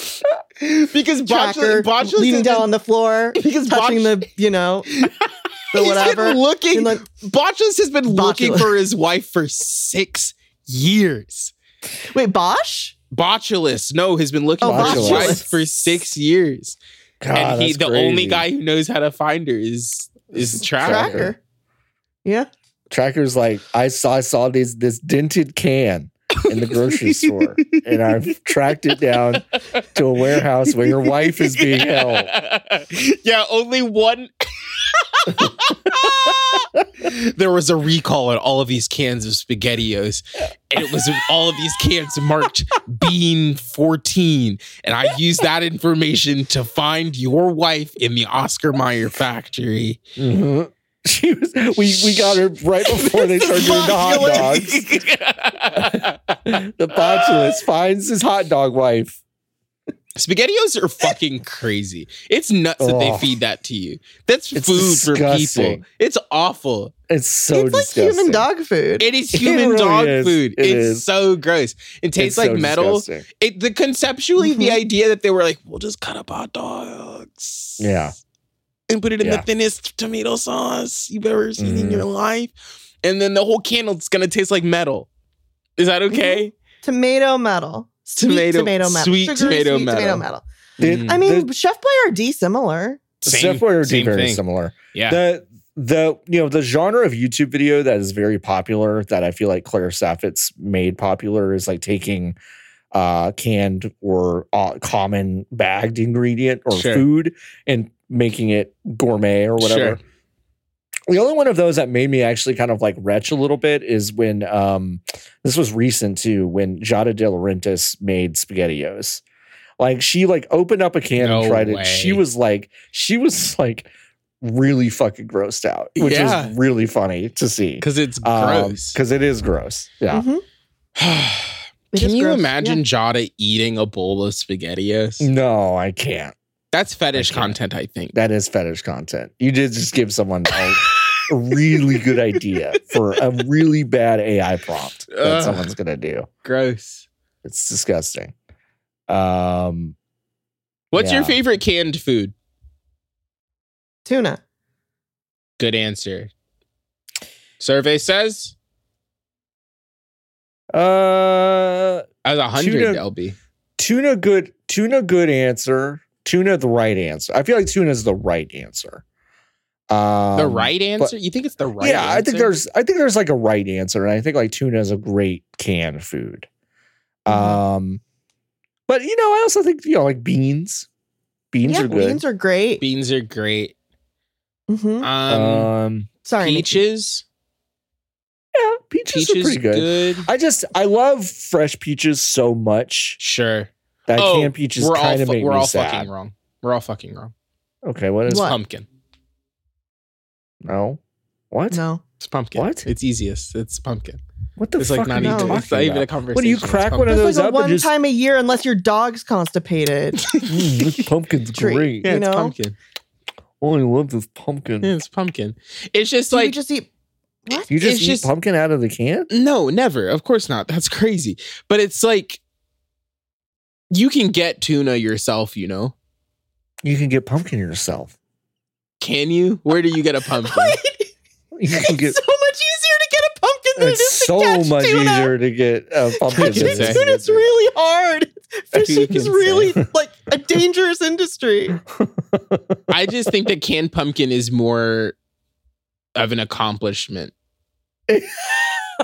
sick because Cracker botul- botulism leaning is- down on the floor, because touching botul- the, you know, the he's whatever. been looking And like, botulist has been looking Botulus. for his wife for six years wait, Bosch? botulist no has been looking Oh, for his wife Botulist. for six years God, and Ah, he, that's the crazy. only guy who knows how to find her is is Tracker. Tracker. Cracker. Yeah. Tracker's like, I saw, I saw these this dented can in the grocery store, and I've tracked it down to a warehouse where your wife is being held. yeah, only one. there was a recall on all of these cans of spaghettios and it was all of these cans marked bean 14 and i used that information to find your wife in the oscar mayer factory Mhm. She was. We we got her right before they started doing the hot dogs. The botulist finds his hot dog wife. Spaghettios Eh. are fucking crazy. It's nuts that they Ugh. feed that to you. That's Oh. It's food for disgusting. people. It's awful. It's so it's like disgusting. human dog food. It is It human really dog is. food. It it's is. so gross. It It's tastes so like metal. disgusting. Mm-hmm. It the conceptually the Mhm. idea that they were like, we'll just cut up hot dogs. Yeah. And put it in Yeah. the thinnest tomato sauce you've ever seen in Mhm. your life. And then the whole candle's gonna taste like metal. Is Mm-hmm. that okay? tomato metal. Sweet Tomato- tomato, metal. sweet Sugary tomato sweet metal. tomato metal. Did- Mm. I mean, Chef Boyardee similar. The Same- Steph Warrior same very thing. similar. yeah. The the you know the genre of YouTube video that is very popular that I feel like Claire Saffitz made popular is like taking uh canned or uh, common bagged ingredient or Sure. food and making it gourmet or whatever. Sure. The only one of those that made me actually kind of like retch a little bit is when um this was recent too when Jada De Laurentiis made spaghettios. Like she like opened up a can No and tried way. it. She was like she was like really fucking grossed out, which Yeah. is really funny to see. Cause it's gross. because it is gross. Yeah, Mhm. It Can is you gross. imagine Jada eating a bowl of spaghettios? no, I can't. That's fetish I can't. content, I think. That is fetish content. You did just give someone a, a really good idea for a really bad AI prompt that Ugh. someone's gonna do. Gross. It's disgusting. Um, What's your Yeah. favorite canned food? Tuna. Good answer. Survey says uh, I was a Tuna- hundred LB. uh, Tuna good tuna good answer. Tuna the right answer. I feel like tuna is the right answer. Um, the right answer? you think it's the right yeah, I think answer? there's I think there's like a right answer, and I think like tuna is a great canned food. Mhm. Mm-hmm. Um, but you know, I also think you know like beans. Beans yeah, are good. beans are great. beans are great. Uh, Um, Mhm. um, Sorry, Nikki. peaches. yeah, peaches, are Peaches pretty good. good. I just I love fresh peaches so much Sure. that Oh, canned peaches we're all kind of fu- make we're me all sad. fucking wrong. We're all fucking wrong. Okay, what is It's What? pumpkin. no? What? No, It's pumpkin. What? It's easiest. It's pumpkin. What the it's fuck like not are you even. talking It's not even a about? conversation. What do you It's crack one pumpkin. of that's those like a up and one just time a year unless your dog's constipated. mm, this pumpkin's Treat. great. Yeah, you it's know? pumpkin. Oh, I love this pumpkin. Yeah, it's pumpkin. It's just Do we like just eat what? You just It's eat just- pumpkin out of the can? No, never. Of course not. That's crazy. But it's like you can get tuna yourself, you know. You can get pumpkin yourself. Can you? Where do you get a pumpkin? You can get it's so much easier to get a pumpkin than it is it's so detached much tuna. easier to get a pumpkin. Pumpkin than it is tuna. to Tuna's get- really hard. That's what you Fishing can is say. really like a dangerous industry. I just think that canned pumpkin is more of an accomplishment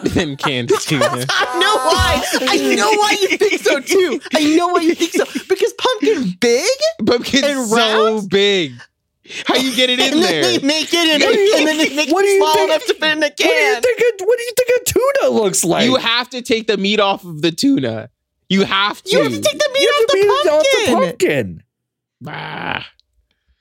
than canned tuna. I know why. I know why you think so too. I know why you think so because pumpkin big, Pumpkin's And so round? big. How you get it in and then there? they make it, and, What do you- and then they make what do it you small think- enough to fit in a What do you can. think a, what do you think a tuna looks like? you have to take the meat off of the tuna. You have to. You have to take the meat, You have off, to the beat it off the pumpkin. pumpkin. Ah.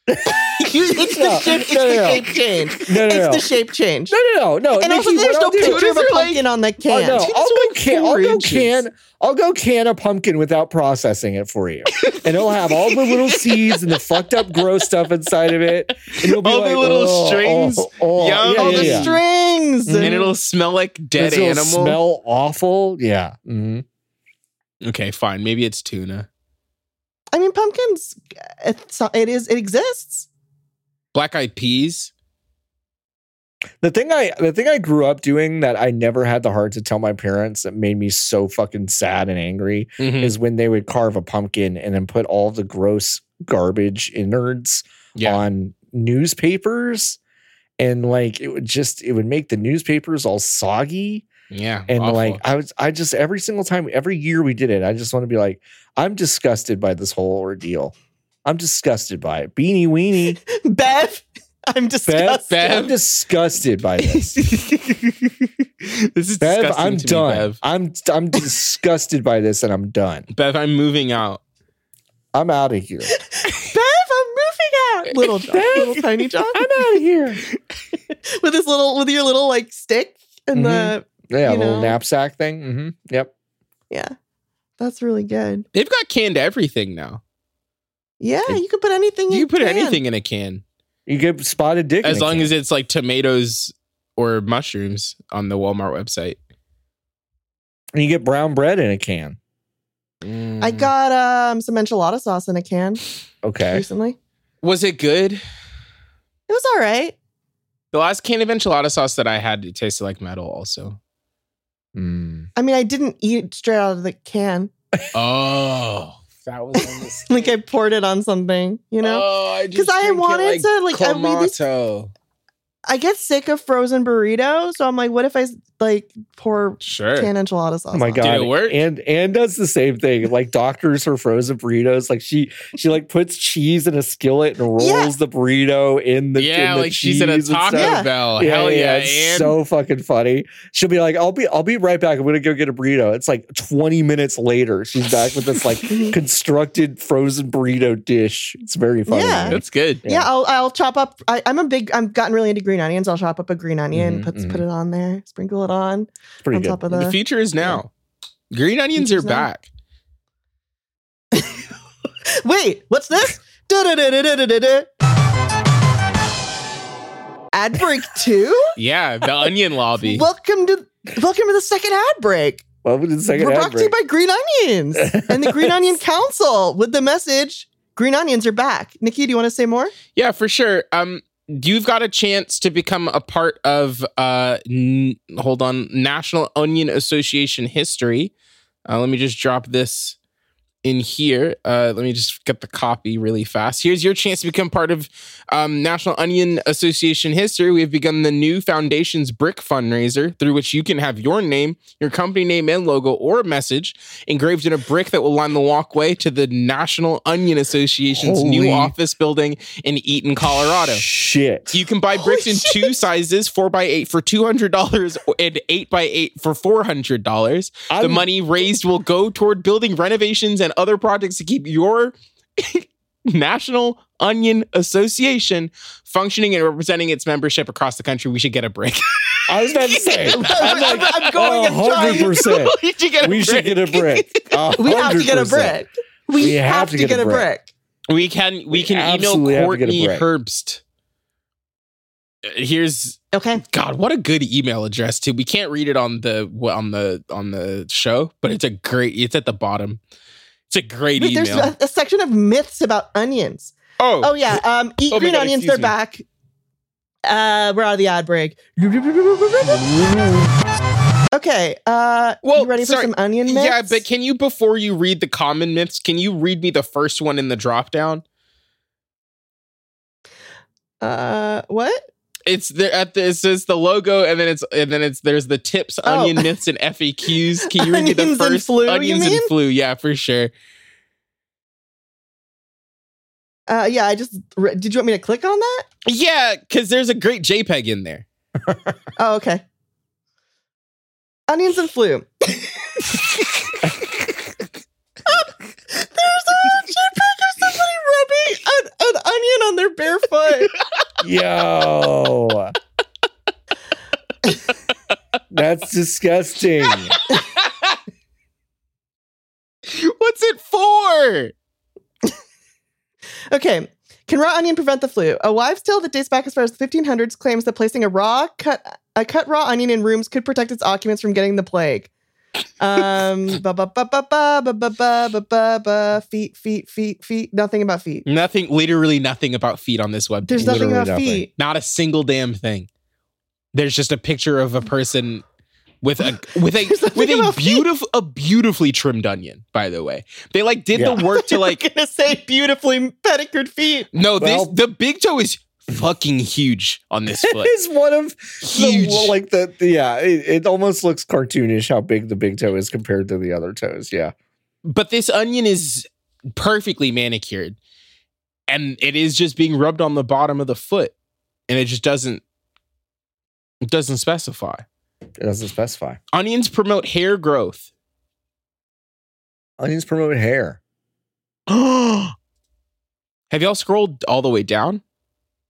it's the No, shape. It's no, the no. shape change. No, no, It's no. the shape change. No, no, no, no. and also, Nikki, there's what no I'll do- picture Tunas of a are like- pumpkin on the Oh, no, can. Tunas I'll are go like can. four I'll go inches. can. I'll go can a pumpkin without processing it for you, and it'll have all the little seeds and the fucked up gross stuff inside of it. And you'll be All the like, little oh, strings. Oh, oh, Yum. yeah, All yeah, the yeah. strings. And it'll smell like dead Does it animal. Smell awful. Yeah. Mhm. okay, fine. Maybe it's tuna. I mean, pumpkins. It's, it is. It exists. Black eyed peas. The thing I the thing I grew up doing that I never had the heart to tell my parents that made me so fucking sad and angry Hmm. is when they would carve a pumpkin and then put all the gross garbage innards Yeah. on newspapers and like it would just it would make the newspapers all soggy Yeah. and awful. like i was i just every single time every year we did it i just want to be like i'm disgusted by this whole ordeal i'm disgusted by it beanie weenie Bev, I'm bev, disgusted. i'm disgusted by this this is bev disgusting i'm to done Me, Bev. i'm i'm disgusted by this and i'm done Bev, I'm moving out. i'm out of here Bev, I'm moving out. Little John, Bev. little tiny John, i'm out of here with his little, with your little like stick and the yeah You little know? knapsack thing hmm yep yeah. That's really good. They've got canned everything now. Yeah, you could put anything. You can in put a can. anything in a can you get spotted dick in as a long can. as it's like tomatoes or mushrooms on the Walmart website. and you get brown bread in a can Mm. Mm-hmm. I got um some enchilada sauce in a can okay recently. Was it good? It was all right. The last can of enchilada sauce that I had, it tasted like metal. Also. Mm. I mean, I didn't eat it straight out of the can. Oh, that was a mistake. Like I poured it on something, you know. Oh, I Because I wanted to, like, I really- Clamato. I get sick of frozen burritos, so I'm like, what if I like pour Sure. canned enchilada sauce? Oh my on it? god! it work? And and does the same thing. Like doctors her frozen burritos. Like she she like puts cheese in a skillet and rolls Yeah. the burrito in the yeah, in the like she's in a cheese and Taco stuff. Yeah. Bell. Oh, Hell yeah, it's and so fucking funny. She'll be like, "I'll be, I'll be right back. I'm gonna go get a burrito." It's like 20 minutes later, she's back with this like Mm-hmm. constructed frozen burrito dish. It's very funny. Yeah. man. that's good. Yeah, I'll I'll chop up. I, I'm a big. I've gotten really into green onions. I'll chop up a green onion, Mhm, put mhm. put it on there, sprinkle it on It's pretty on good. top of the. The future is now. Green onions are Future's now. back. Wait, what's this? Da-da-da-da-da-da-da. Ad break two. Yeah, the onion lobby. welcome to welcome to the second ad break. Welcome to the second We're ad brought to you break. by Green Onions and the Green Onion Council with the message. Green onions are back. Nikki, do you want to say more? yeah, for sure. Um, you've got a chance to become a part of uh, n- hold on, National Onion Association history. Uh, let me just drop this in here. Uh, let me just get the copy really fast. Here's your chance to become part of um, National Onion Association history. We have begun the new Foundation's Brick fundraiser, through which you can have your name, your company name, and logo or a message engraved in a brick that will line the walkway to the National Onion Association's Holy- new office building in Eaton, Colorado. Shit. You can buy bricks in two sizes, four by eight for two hundred dollars, and eight by eight for four hundred dollars. The I'm- money raised will go toward building renovations and other projects to keep your National Onion Association functioning and representing its membership across the country. We should get a brick. I was about to say. I'm I'm, like, oh, I'm going and trying. 100%. we should get a We brick. should get a brick. We have to get a 100%. brick. We, have, to get, a brick. We can. We We can absolutely email have to get a Courtney brick. Herbst. Uh, Here's Okay. God, what a good email address too. We can't read it on the well, on the on the show, but it's a great. It's at the bottom. It's a great Wait, There's email. a, a section of myths about onions. Oh yeah. Um, eat Oh my green God, onions. excuse They're me. back. Uh, we're out of the ad break. Okay. Uh, Well, you ready for sorry. some onion myths? yeah, but can you before you read the common myths, can you read me the first one in the drop down? uh, what? It's there at the it says the logo and then it's and then it's there's the tips, Oh. onion myths, and FAQs. Can you read me the Onions and first flu, you onions mean? and flu? Yeah, for sure. Uh, yeah. I just re- did. You want me to click on that? Yeah, because there's a great JPEG in there. Oh, okay. Onions and flu. There's a JPEG of somebody rubbing an, an onion on their bare foot. Yo. That's disgusting. What's it for? Okay. Can raw onion prevent the flu? A wives' tale that dates back as far as the 1500s claims that placing a raw cut a cut raw onion in rooms could protect its occupants from getting the plague. Um, ba ba ba ba ba ba ba ba ba ba ba feet feet feet feet. Nothing about feet. Nothing, literally nothing about feet on this web. There's page. nothing Literally about nothing. feet. Not a single damn thing. There's just a picture of a person with a with a There's nothing with a about feet. beautiful a beautifully trimmed onion. By the way, they like did Yeah. the work to like gonna say beautifully pedicured feet. no Well- this the big toe is fucking huge on this foot. It's one of huge. the like the yeah, it, it almost looks cartoonish how big the big toe is compared to the other toes. Yeah. but this onion is perfectly manicured, and it is just being rubbed on the bottom of the foot, and it just doesn't it doesn't specify. It doesn't specify. Onions promote hair growth. Onions promote hair. Have y'all scrolled all the way down?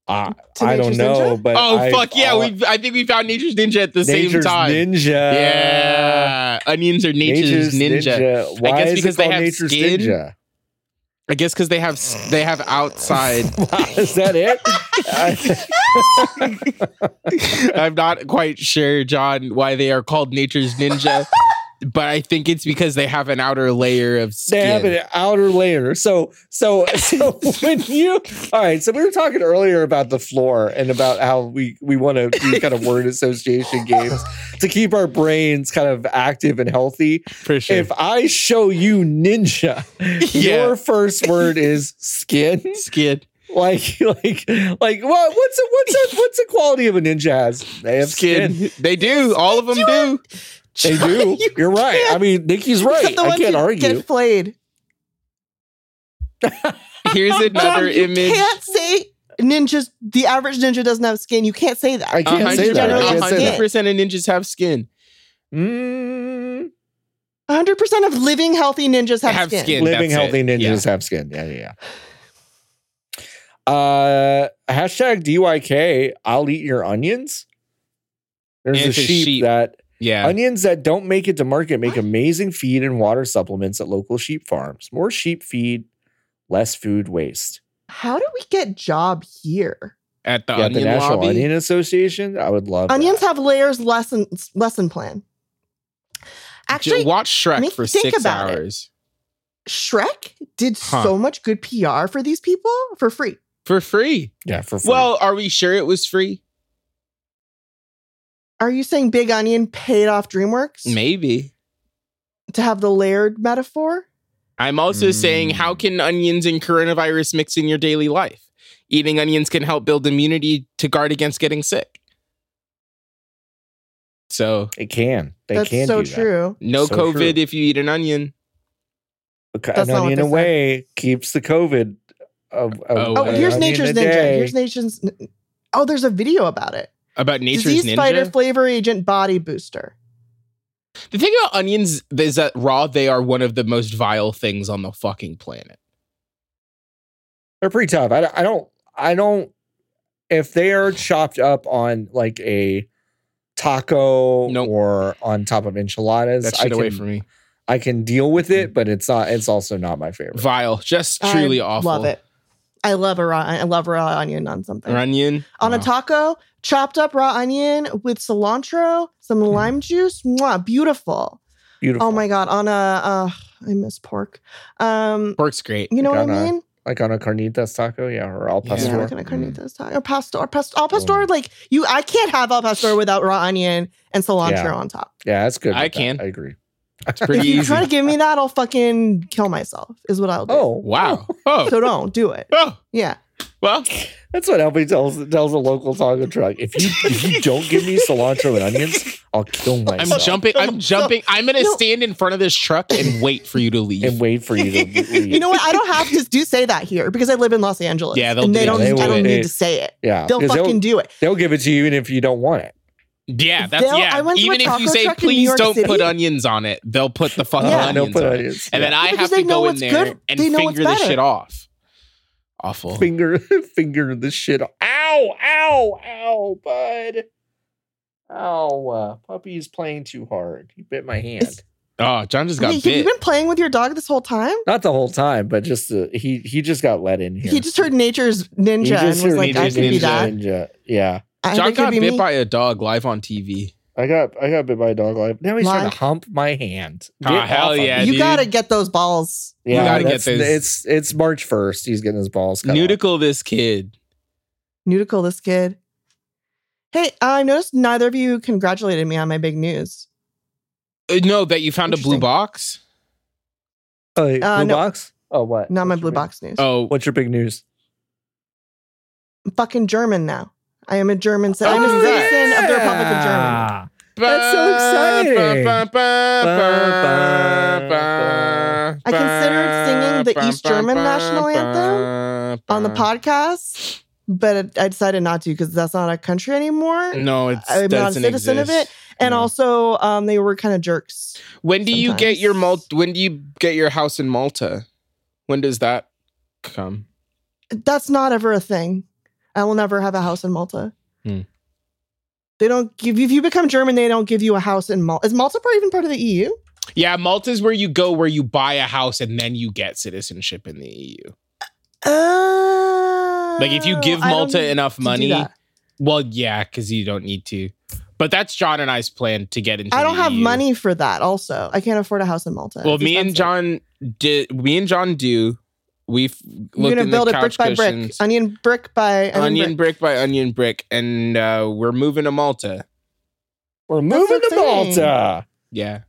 I, To I don't Nature's know, Ninja? but oh I- fuck yeah! all- We I think we found Nature's Ninja at the same Nature's time. Ninja. Yeah, onions are Nature's, ninja. Why guess is because it they called have Nature's skin. Ninja? I guess because they have s- they have outside. is that it? I- I'm not quite sure, John, why they are called Nature's Ninja, but I think it's because they have an outer layer of they have skin. an outer layer. So, so, so when you, all right. So we were talking earlier about the floor and about how we we want to do kind of word association games to keep our brains kind of active and healthy. For sure. If I show you ninja, Yeah. your first word is skin. skin. Like, like, like, what? What's a, what's a, what's the quality of a ninja has? They have skin. skin, They do. All of them do. They do. You You are right. I mean, Nikki's right. Except the I ones can't who argue. Get flayed. Here's another you image. can't say ninjas. The average ninja doesn't have skin. You can't say that. I A can't say hundred that. per- I a can't say hundred that. percent of ninjas have skin. Mm. 100 percent of living healthy ninjas have, Have skin. skin. And living that's healthy it. ninjas have skin. Yeah, yeah, yeah. Uh, hashtag DYK. I'll eat your onions. There's a It's a sheep, sheep. that Yeah. onions that don't make it to market make amazing feed and water supplements at local sheep farms. More sheep feed, less food waste. How do we get job here? at the yeah, onion the National lobby. Onion Association. I would love Onions That. have layers lesson lesson plan. Actually, Ju- watch let me Shrek for think six about it. hours Shrek did Huh. so much good PR for these people for free. for free. Yeah, for free. Well, are we sure it was free? Are you saying Big Onion paid off DreamWorks Maybe. to have the layered metaphor? I'm also Mm. saying, how can onions and coronavirus mix in your daily life? Eating onions can help build immunity to guard against getting sick. So, It can. They That's can so do that. true. no So COVID true. if you eat an onion. Okay, That's an not what onion they said. away keeps the COVID. a- a- Oh, Oh, Well, an here's onion Nature's a Ninja. day. Here's Nature's. Oh, there's a video about it. About nature's Disease ninja. fighter flavor agent body booster. the thing about onions is that raw, they are one of the most vile things on the fucking planet. They're pretty tough. I, I don't. I don't. If they are chopped up on like a taco Nope. or on top of enchiladas, That I shit can, away from Mm. me. I can deal with it, but it's not. It's also not my favorite. Vile. Just truly I awful. Love it. I love a raw. I love raw onion on something. An onion. On a Wow. taco, chopped up raw onion with cilantro, some Mm. lime juice. Mwah, beautiful. Beautiful. Oh my god. On a. Uh, I miss pork. Um, Pork's great. you know what Gonna- I mean? Like on a carnitas taco, yeah, or al Yeah. pastor. Yeah, like Pastor. an Mm. carnitas taco. Or pastor. Or pastor. Al pastor. Like you, I can't have al pastor without raw onion and cilantro Yeah. on top. Yeah, that's good. I with that. can. I agree. It's pretty If you easy. try to give me that, I'll fucking kill myself, is what I'll do. Oh wow. Oh. So don't do it. Oh. Yeah. Well, That's what Albie tells tells a local taco truck. If you if you don't give me cilantro and onions, I'll kill I'm myself. jumping. I'm jumping. I'm gonna No. stand in front of this truck and wait for you to leave. and wait for you to leave. You know what? I don't have to do say that here because I live in Los Angeles. Yeah, they'll and do they it. don't They I will. don't need to say it. yeah, They'll 'cause fucking they'll, do it. they'll give it to you even if you don't want it. yeah, that's They'll- yeah. I went to Even a if you taco say truck in New please York don't put City." onions on it, they'll put the fucking Yeah. Uh, no onions put on it. onions. And then I Because have to they know go in what's there good. and They know what's finger this better. shit off. Awful. finger finger the shit. off. Ow! Ow! Ow! Bud. Ow! Uh, puppy's playing too hard. He bit my hand. It's- Oh, John just got Wait, have you bit. been playing with your dog this whole time? Not the whole time, but just uh, he he just got let in here. He just heard nature's ninja He and just was heard like, I Nature's could be Ninja. that. Ninja. Yeah. I John think it could got be bit me. by a dog live on TV. I got I got bit by a dog live. Now he's trying Live? to hump my hand. Ah, Get hell off of me. yeah, you dude. gotta get those balls. you gotta get that's- those- It's it's March first. He's getting his balls cut. off. Nudicle this kid. Nudicle this kid. Hey, I noticed neither of you congratulated me on my big news. Uh, No, that you found a blue Interesting. box. Oh, wait, Uh, blue no. box. Oh what? Not my What's blue your big- box news. Oh, What's your big news? I'm fucking German now. I am a German. citizen. I'm Oh, a citizen of the Republic of Yeah. Germany. That's so exciting. I I considered singing the East German national anthem on the Uh. podcast, but I decided not to because that's not a country anymore. No, it's I'm not a doesn't citizen of exist. And no. also, um, they were kind of jerks. When do you get Sometimes. your Mal- When do you get your house in Malta? When does that come? That's not ever a thing. I will never have a house in Malta. Hmm. They don't give you, if you become German, they don't give you a house in Malta. Is Malta part, even part of the E EU? Yeah, Malta's where you go where you buy a house and then you get citizenship in the EU. Uh, Like if you give Malta enough money, that. well, yeah, because you don't need to. But that's John and I's plan to get into. I don't the E have EU. money for that. Also, I can't afford a house in Malta. Well, It's me and expensive. John did. Me and John do. We've You're looked gonna in the build it couch brick by brick, cushions. onion brick by onion. Onion brick. brick by onion brick, and uh, we're moving to Malta. We're That's moving to exciting. Malta. Yeah.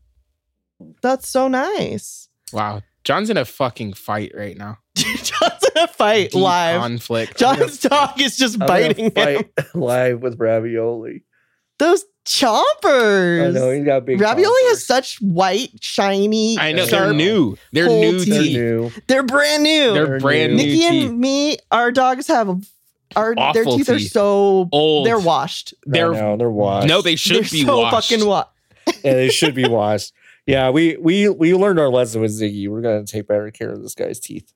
That's so nice. Wow. John's in a fucking fight right now. John's in a fight Deep live. conflict. John's dog is just I'm gonna biting him. fight live with ravioli. Those I chompers. know he's got big. Ravioli has chompers. such white, shiny. I know Sorry. they're sharp- new. They're Whole new They're teeth. new. They're brand new. They're They're new. brand new, Nikki teeth. and me, our dogs have our their Awful teeth, are teeth. so Old. they're washed. They're They're no, they're washed. no. They should they're be so washed. fucking washed. yeah, they should be washed. Yeah, we we we learned our lesson with Ziggy. We're gonna take better care of this guy's teeth.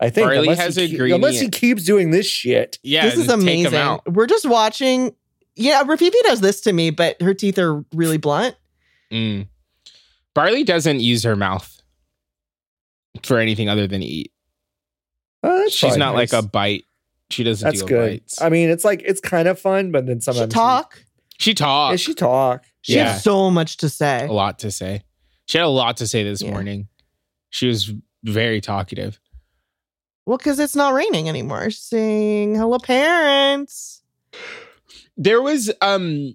I think Harley unless, has he a keep- greeny- unless he keeps doing this shit. yeah. this is and take 'em amazing. out. We're just watching. Yeah, Rafifi does this to me, but her teeth are really blunt. Mm. Barley doesn't use her mouth for anything other than eat. Oh, that's She's probably not like nice. a bite. She doesn't That's do a good. bites. I mean, it's like it's kind of fun, but then She sometimes talk. she She, talked. yeah, she talk. She Yeah. has so much to say. a lot to say. She had a lot to say this Yeah. morning. She was very talkative. Well, because it's not raining anymore. She's saying hello, parents. There was um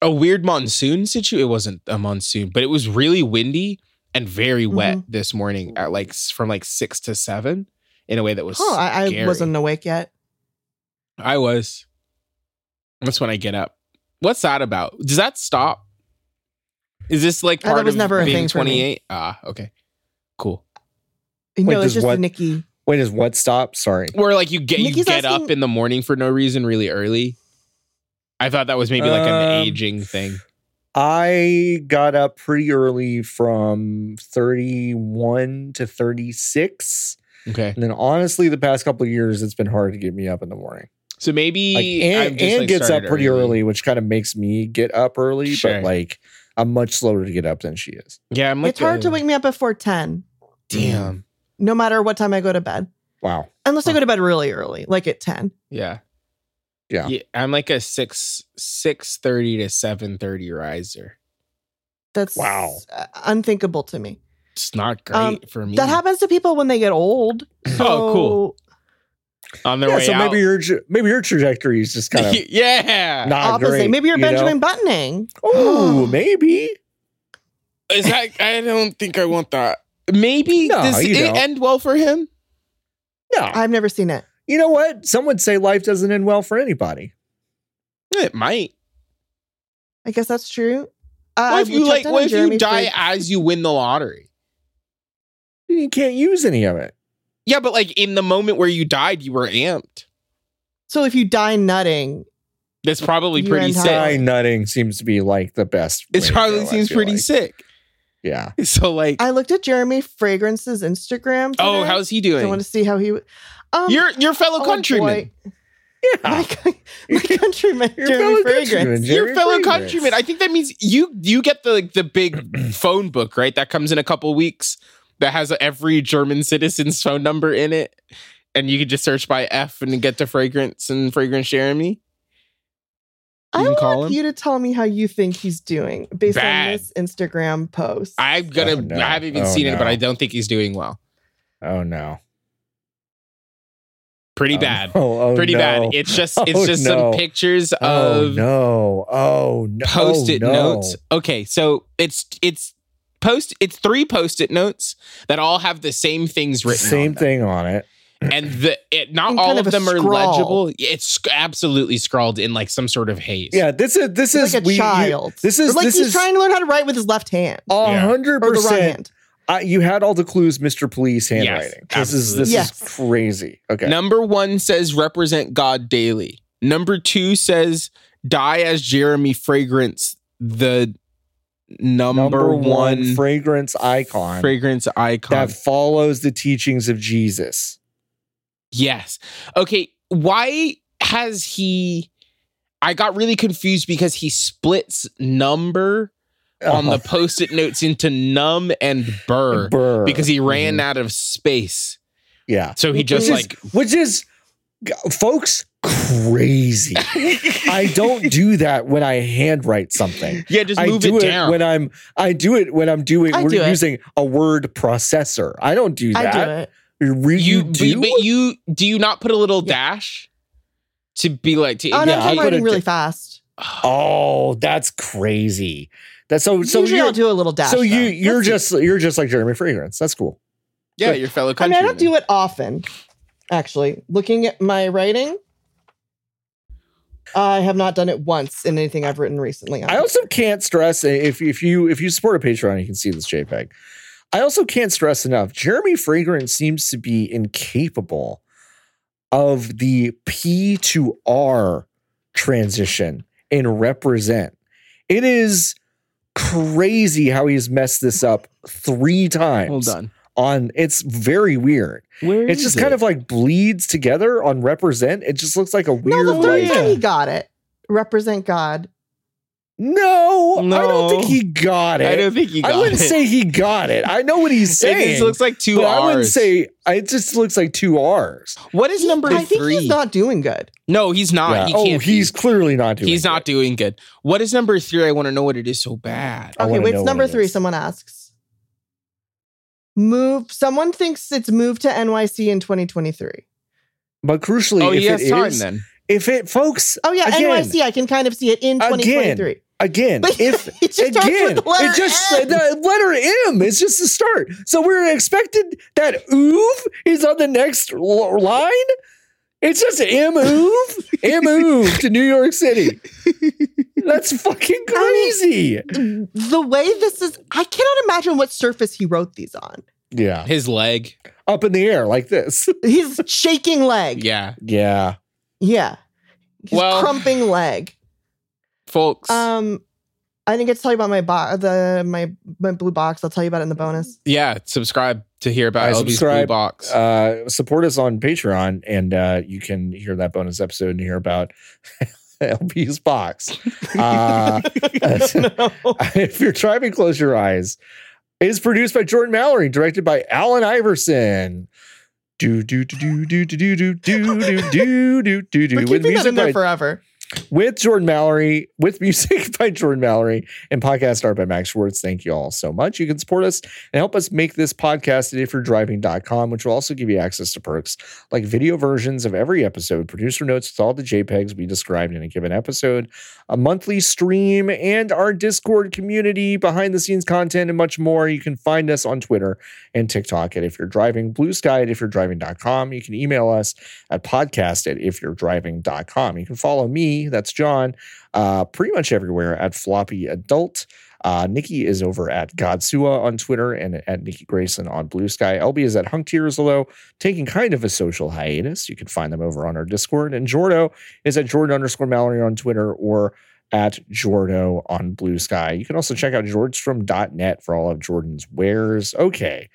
a weird monsoon situation. It wasn't a monsoon, but it was really windy and very wet Mm-hmm. this morning at like s- from like six to seven in a way that was Oh, I, I scary. wasn't awake yet. I was. That's when I get up. What's that about? Does that stop? Is this like Uh, that part was of never a being thing for me. 28? Ah, okay. Cool. Wait, no, does it's just what- Nikki. Wait, is what stop? Sorry. Where like you get you Nikki's get up asking- in the morning for no reason really early. I thought that was maybe like an Um, aging thing. I got up pretty early from 31 to 36. Okay. And then honestly, the past couple of years, it's been hard to get me up in the morning. So maybe Like, I've Anne, just, Anne like, gets up started pretty early, which kind of makes me get up early, Sure. but like I'm much slower to get up than she is. Yeah, I'm like it's hard to uh, wake me up before 10, Damn. no matter what time I go to bed. Wow. Unless I go to bed really early, like at 10. Yeah. Yeah. I'm like a six six thirty to seven thirty riser. That's Wow. uh, unthinkable to me. It's not great Um, for me. That happens to people when they get old. So Oh, cool. on their Yeah, way so out. maybe your ju- maybe your trajectory is just kind of yeah. not Opposite. great. Maybe you're you know? Benjamin Buttoning. Oh, maybe. Is that? I don't think I want that. Maybe No, does you it don't. end well for him? No. I've never seen it. You know what? Some would say life doesn't end well for anybody. It might. I guess that's true. Uh, What if you like? What if you die Out? as you win the lottery? You can't use any of it. Yeah, but like in the moment where you died, you were amped. So if you die nutting, That's probably You pretty end sick. Die high. nutting seems to be like the best. way It to probably go, I seems feel pretty like. sick. Yeah. So like, I looked at Jeremy Fragrance's Instagram. oh, today. how's he I want doing? to see how he. w- Um, Your your fellow oh, countryman, Ah. boy. My, co- my countryman, Your Jeremy fellow Fragrance. countryman, your Jeremy fellow Fragrance. countryman. I think that means you you get the like, the big phone book right that comes in a couple weeks that has every German citizen's phone number in it, and you can just search by F and get to fragrance and fragrance Jeremy. I You can want call him? you to tell me how you think he's doing based Bad. on this Instagram post. I'm gonna. Oh, no. I haven't even Oh, seen it, but no. I don't think he's doing well. Oh no. Pretty Oh, bad. Oh, oh, Pretty no. bad. It's just it's Oh, just no. some pictures Oh of no. Oh no. post-it Oh, no. notes. Okay, so it's it's post it's three post-it notes that all have the same things written. on Same them. thing on it. and the it, not And all kind of, of a them are scrawl. legible. Yeah, It's sc- absolutely scrawled in like some sort of haze. Yeah, this is this He's is like a we- you- child. this Or is like this he's is trying to learn how to write with his left hand a Yeah. hundred or the right percent. hand. I- You had all the clues, Mr. Police handwriting. this is this Yes. is crazy. Okay. Number one says represent God daily. Number two says die as Jeremy Fragrance, the number, one, fragrance icon fragrance icon. that follows the teachings of Jesus. Yes. Okay. Why has he? I got really confused because he splits number on the post-it notes into numb and burr, Oh. Burr. because he ran Mhm. out of space. Yeah. So he Which which just like is, which is g- folks crazy. I don't do that when I handwrite something. yeah, just I move do it it, down. when I'm I do it when I'm doing I we're do it. using a word processor. I don't do I that. do it. Re- you, you, do? but you do you not put a little dash to be like to Oh, no, Yeah, I I'm put writing a really di- fast. oh, that's crazy. That's so so Usually you're, I'll do a little dash. so you though. you're Let's see. just you're just like Jeremy Fragrance. That's cool. yeah, your fellow I mean, countryman. I don't do it often. Actually, looking at my writing, I have not done it once in anything I've written recently. on I it. also can't stress if if you if you support a Patreon, you can see this JPEG. I also can't stress enough. Jeremy Fragrance seems to be incapable of the P to R transition in represent. It is crazy how he's messed this up three times. Hold on. On it's very weird. Where It's just kind of like bleeds together on represent. It just looks like a weird. no, the third like- time he got it. Represent God. No, I No. don't think he got it. I don't think you got I wouldn't it. say he got it. I know what he's It saying. just looks like two but I wouldn't Rs. say. It just looks like two R's. what is He- number I think three. he's not doing good. no, he's not. Yeah. Ah, He oh, can't be. he's clearly not doing. he's not it. doing good. What is number three? I want to know what it is so bad. I Okay, wanna wait, know it's what number it three. is. Someone asks. Move. Someone thinks it's moved to NYC in 2023. But crucially, oh, if he it has time is- then. if it, folks, Oh yeah, Again. NYC. I can kind of see it in Again. 2023. again, if It starts with again, the letter it just M. the letter M is just the start. So we're expected that oov is on the next l- line. It's just M oov, M oov to New York City. That's fucking crazy. the way this is, I cannot imagine what surface he wrote these on. yeah, His leg. up in the air like this. His shaking leg. Yeah. Yeah, Yeah. His Well- crumping leg. Folks. Um, I didn't get to tell you about my box, the my my blue box. I'll tell you about it in the bonus. yeah. Subscribe to hear about I LB's Blue subscribe. Box. uh, support us on Patreon, and uh, you can hear that bonus episode and hear about LP's box. Uh, if you're driving, close your eyes. Is produced by Jordan Mallory, directed by Alan Iverson. Do do do do do do do do do do do do We're do with keeping that in music there by forever. with Jordan Mallory, with music by Jordan Mallory, and podcast art by Max Schwartz. Thank you all so much. You can support us and help us make this podcast at ifyou'redriving.com, which will also give you access to perks like video versions of every episode, producer notes with all the JPEGs we described in a given episode, a monthly stream, and our Discord community, behind the scenes content, and much more. You can find us on Twitter and TikTok at if you're driving, blue sky at if you're driving.com. You can email us at podcast at if you're driving.com. You can follow me, that's John, uh, pretty much everywhere at floppy adult. Uh, Nikki is over at Godsua on Twitter and at Nikki Grayson on Blue Sky. LB is at Hunk Tears, although taking kind of a social hiatus. You can find them over on our Discord. And Jordo is at Jordan underscore Mallory on Twitter or at Jordo on Blue Sky. You can also check out Jordstrom.net for all of Jordan's wares. Okay.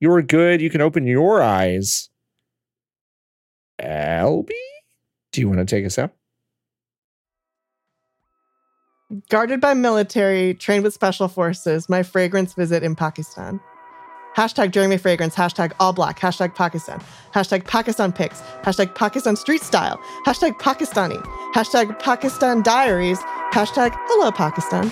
You are good. You can open your eyes. Albie, do you want to take us out? Guarded by military, trained with special forces. My fragrance visit in Pakistan. Hashtag Jeremy Fragrance. Hashtag All Black. Hashtag Pakistan. Hashtag Pakistan Pics. Hashtag Pakistan Street Style. Hashtag Pakistani. Hashtag Pakistan Diaries. Hashtag Hello Pakistan.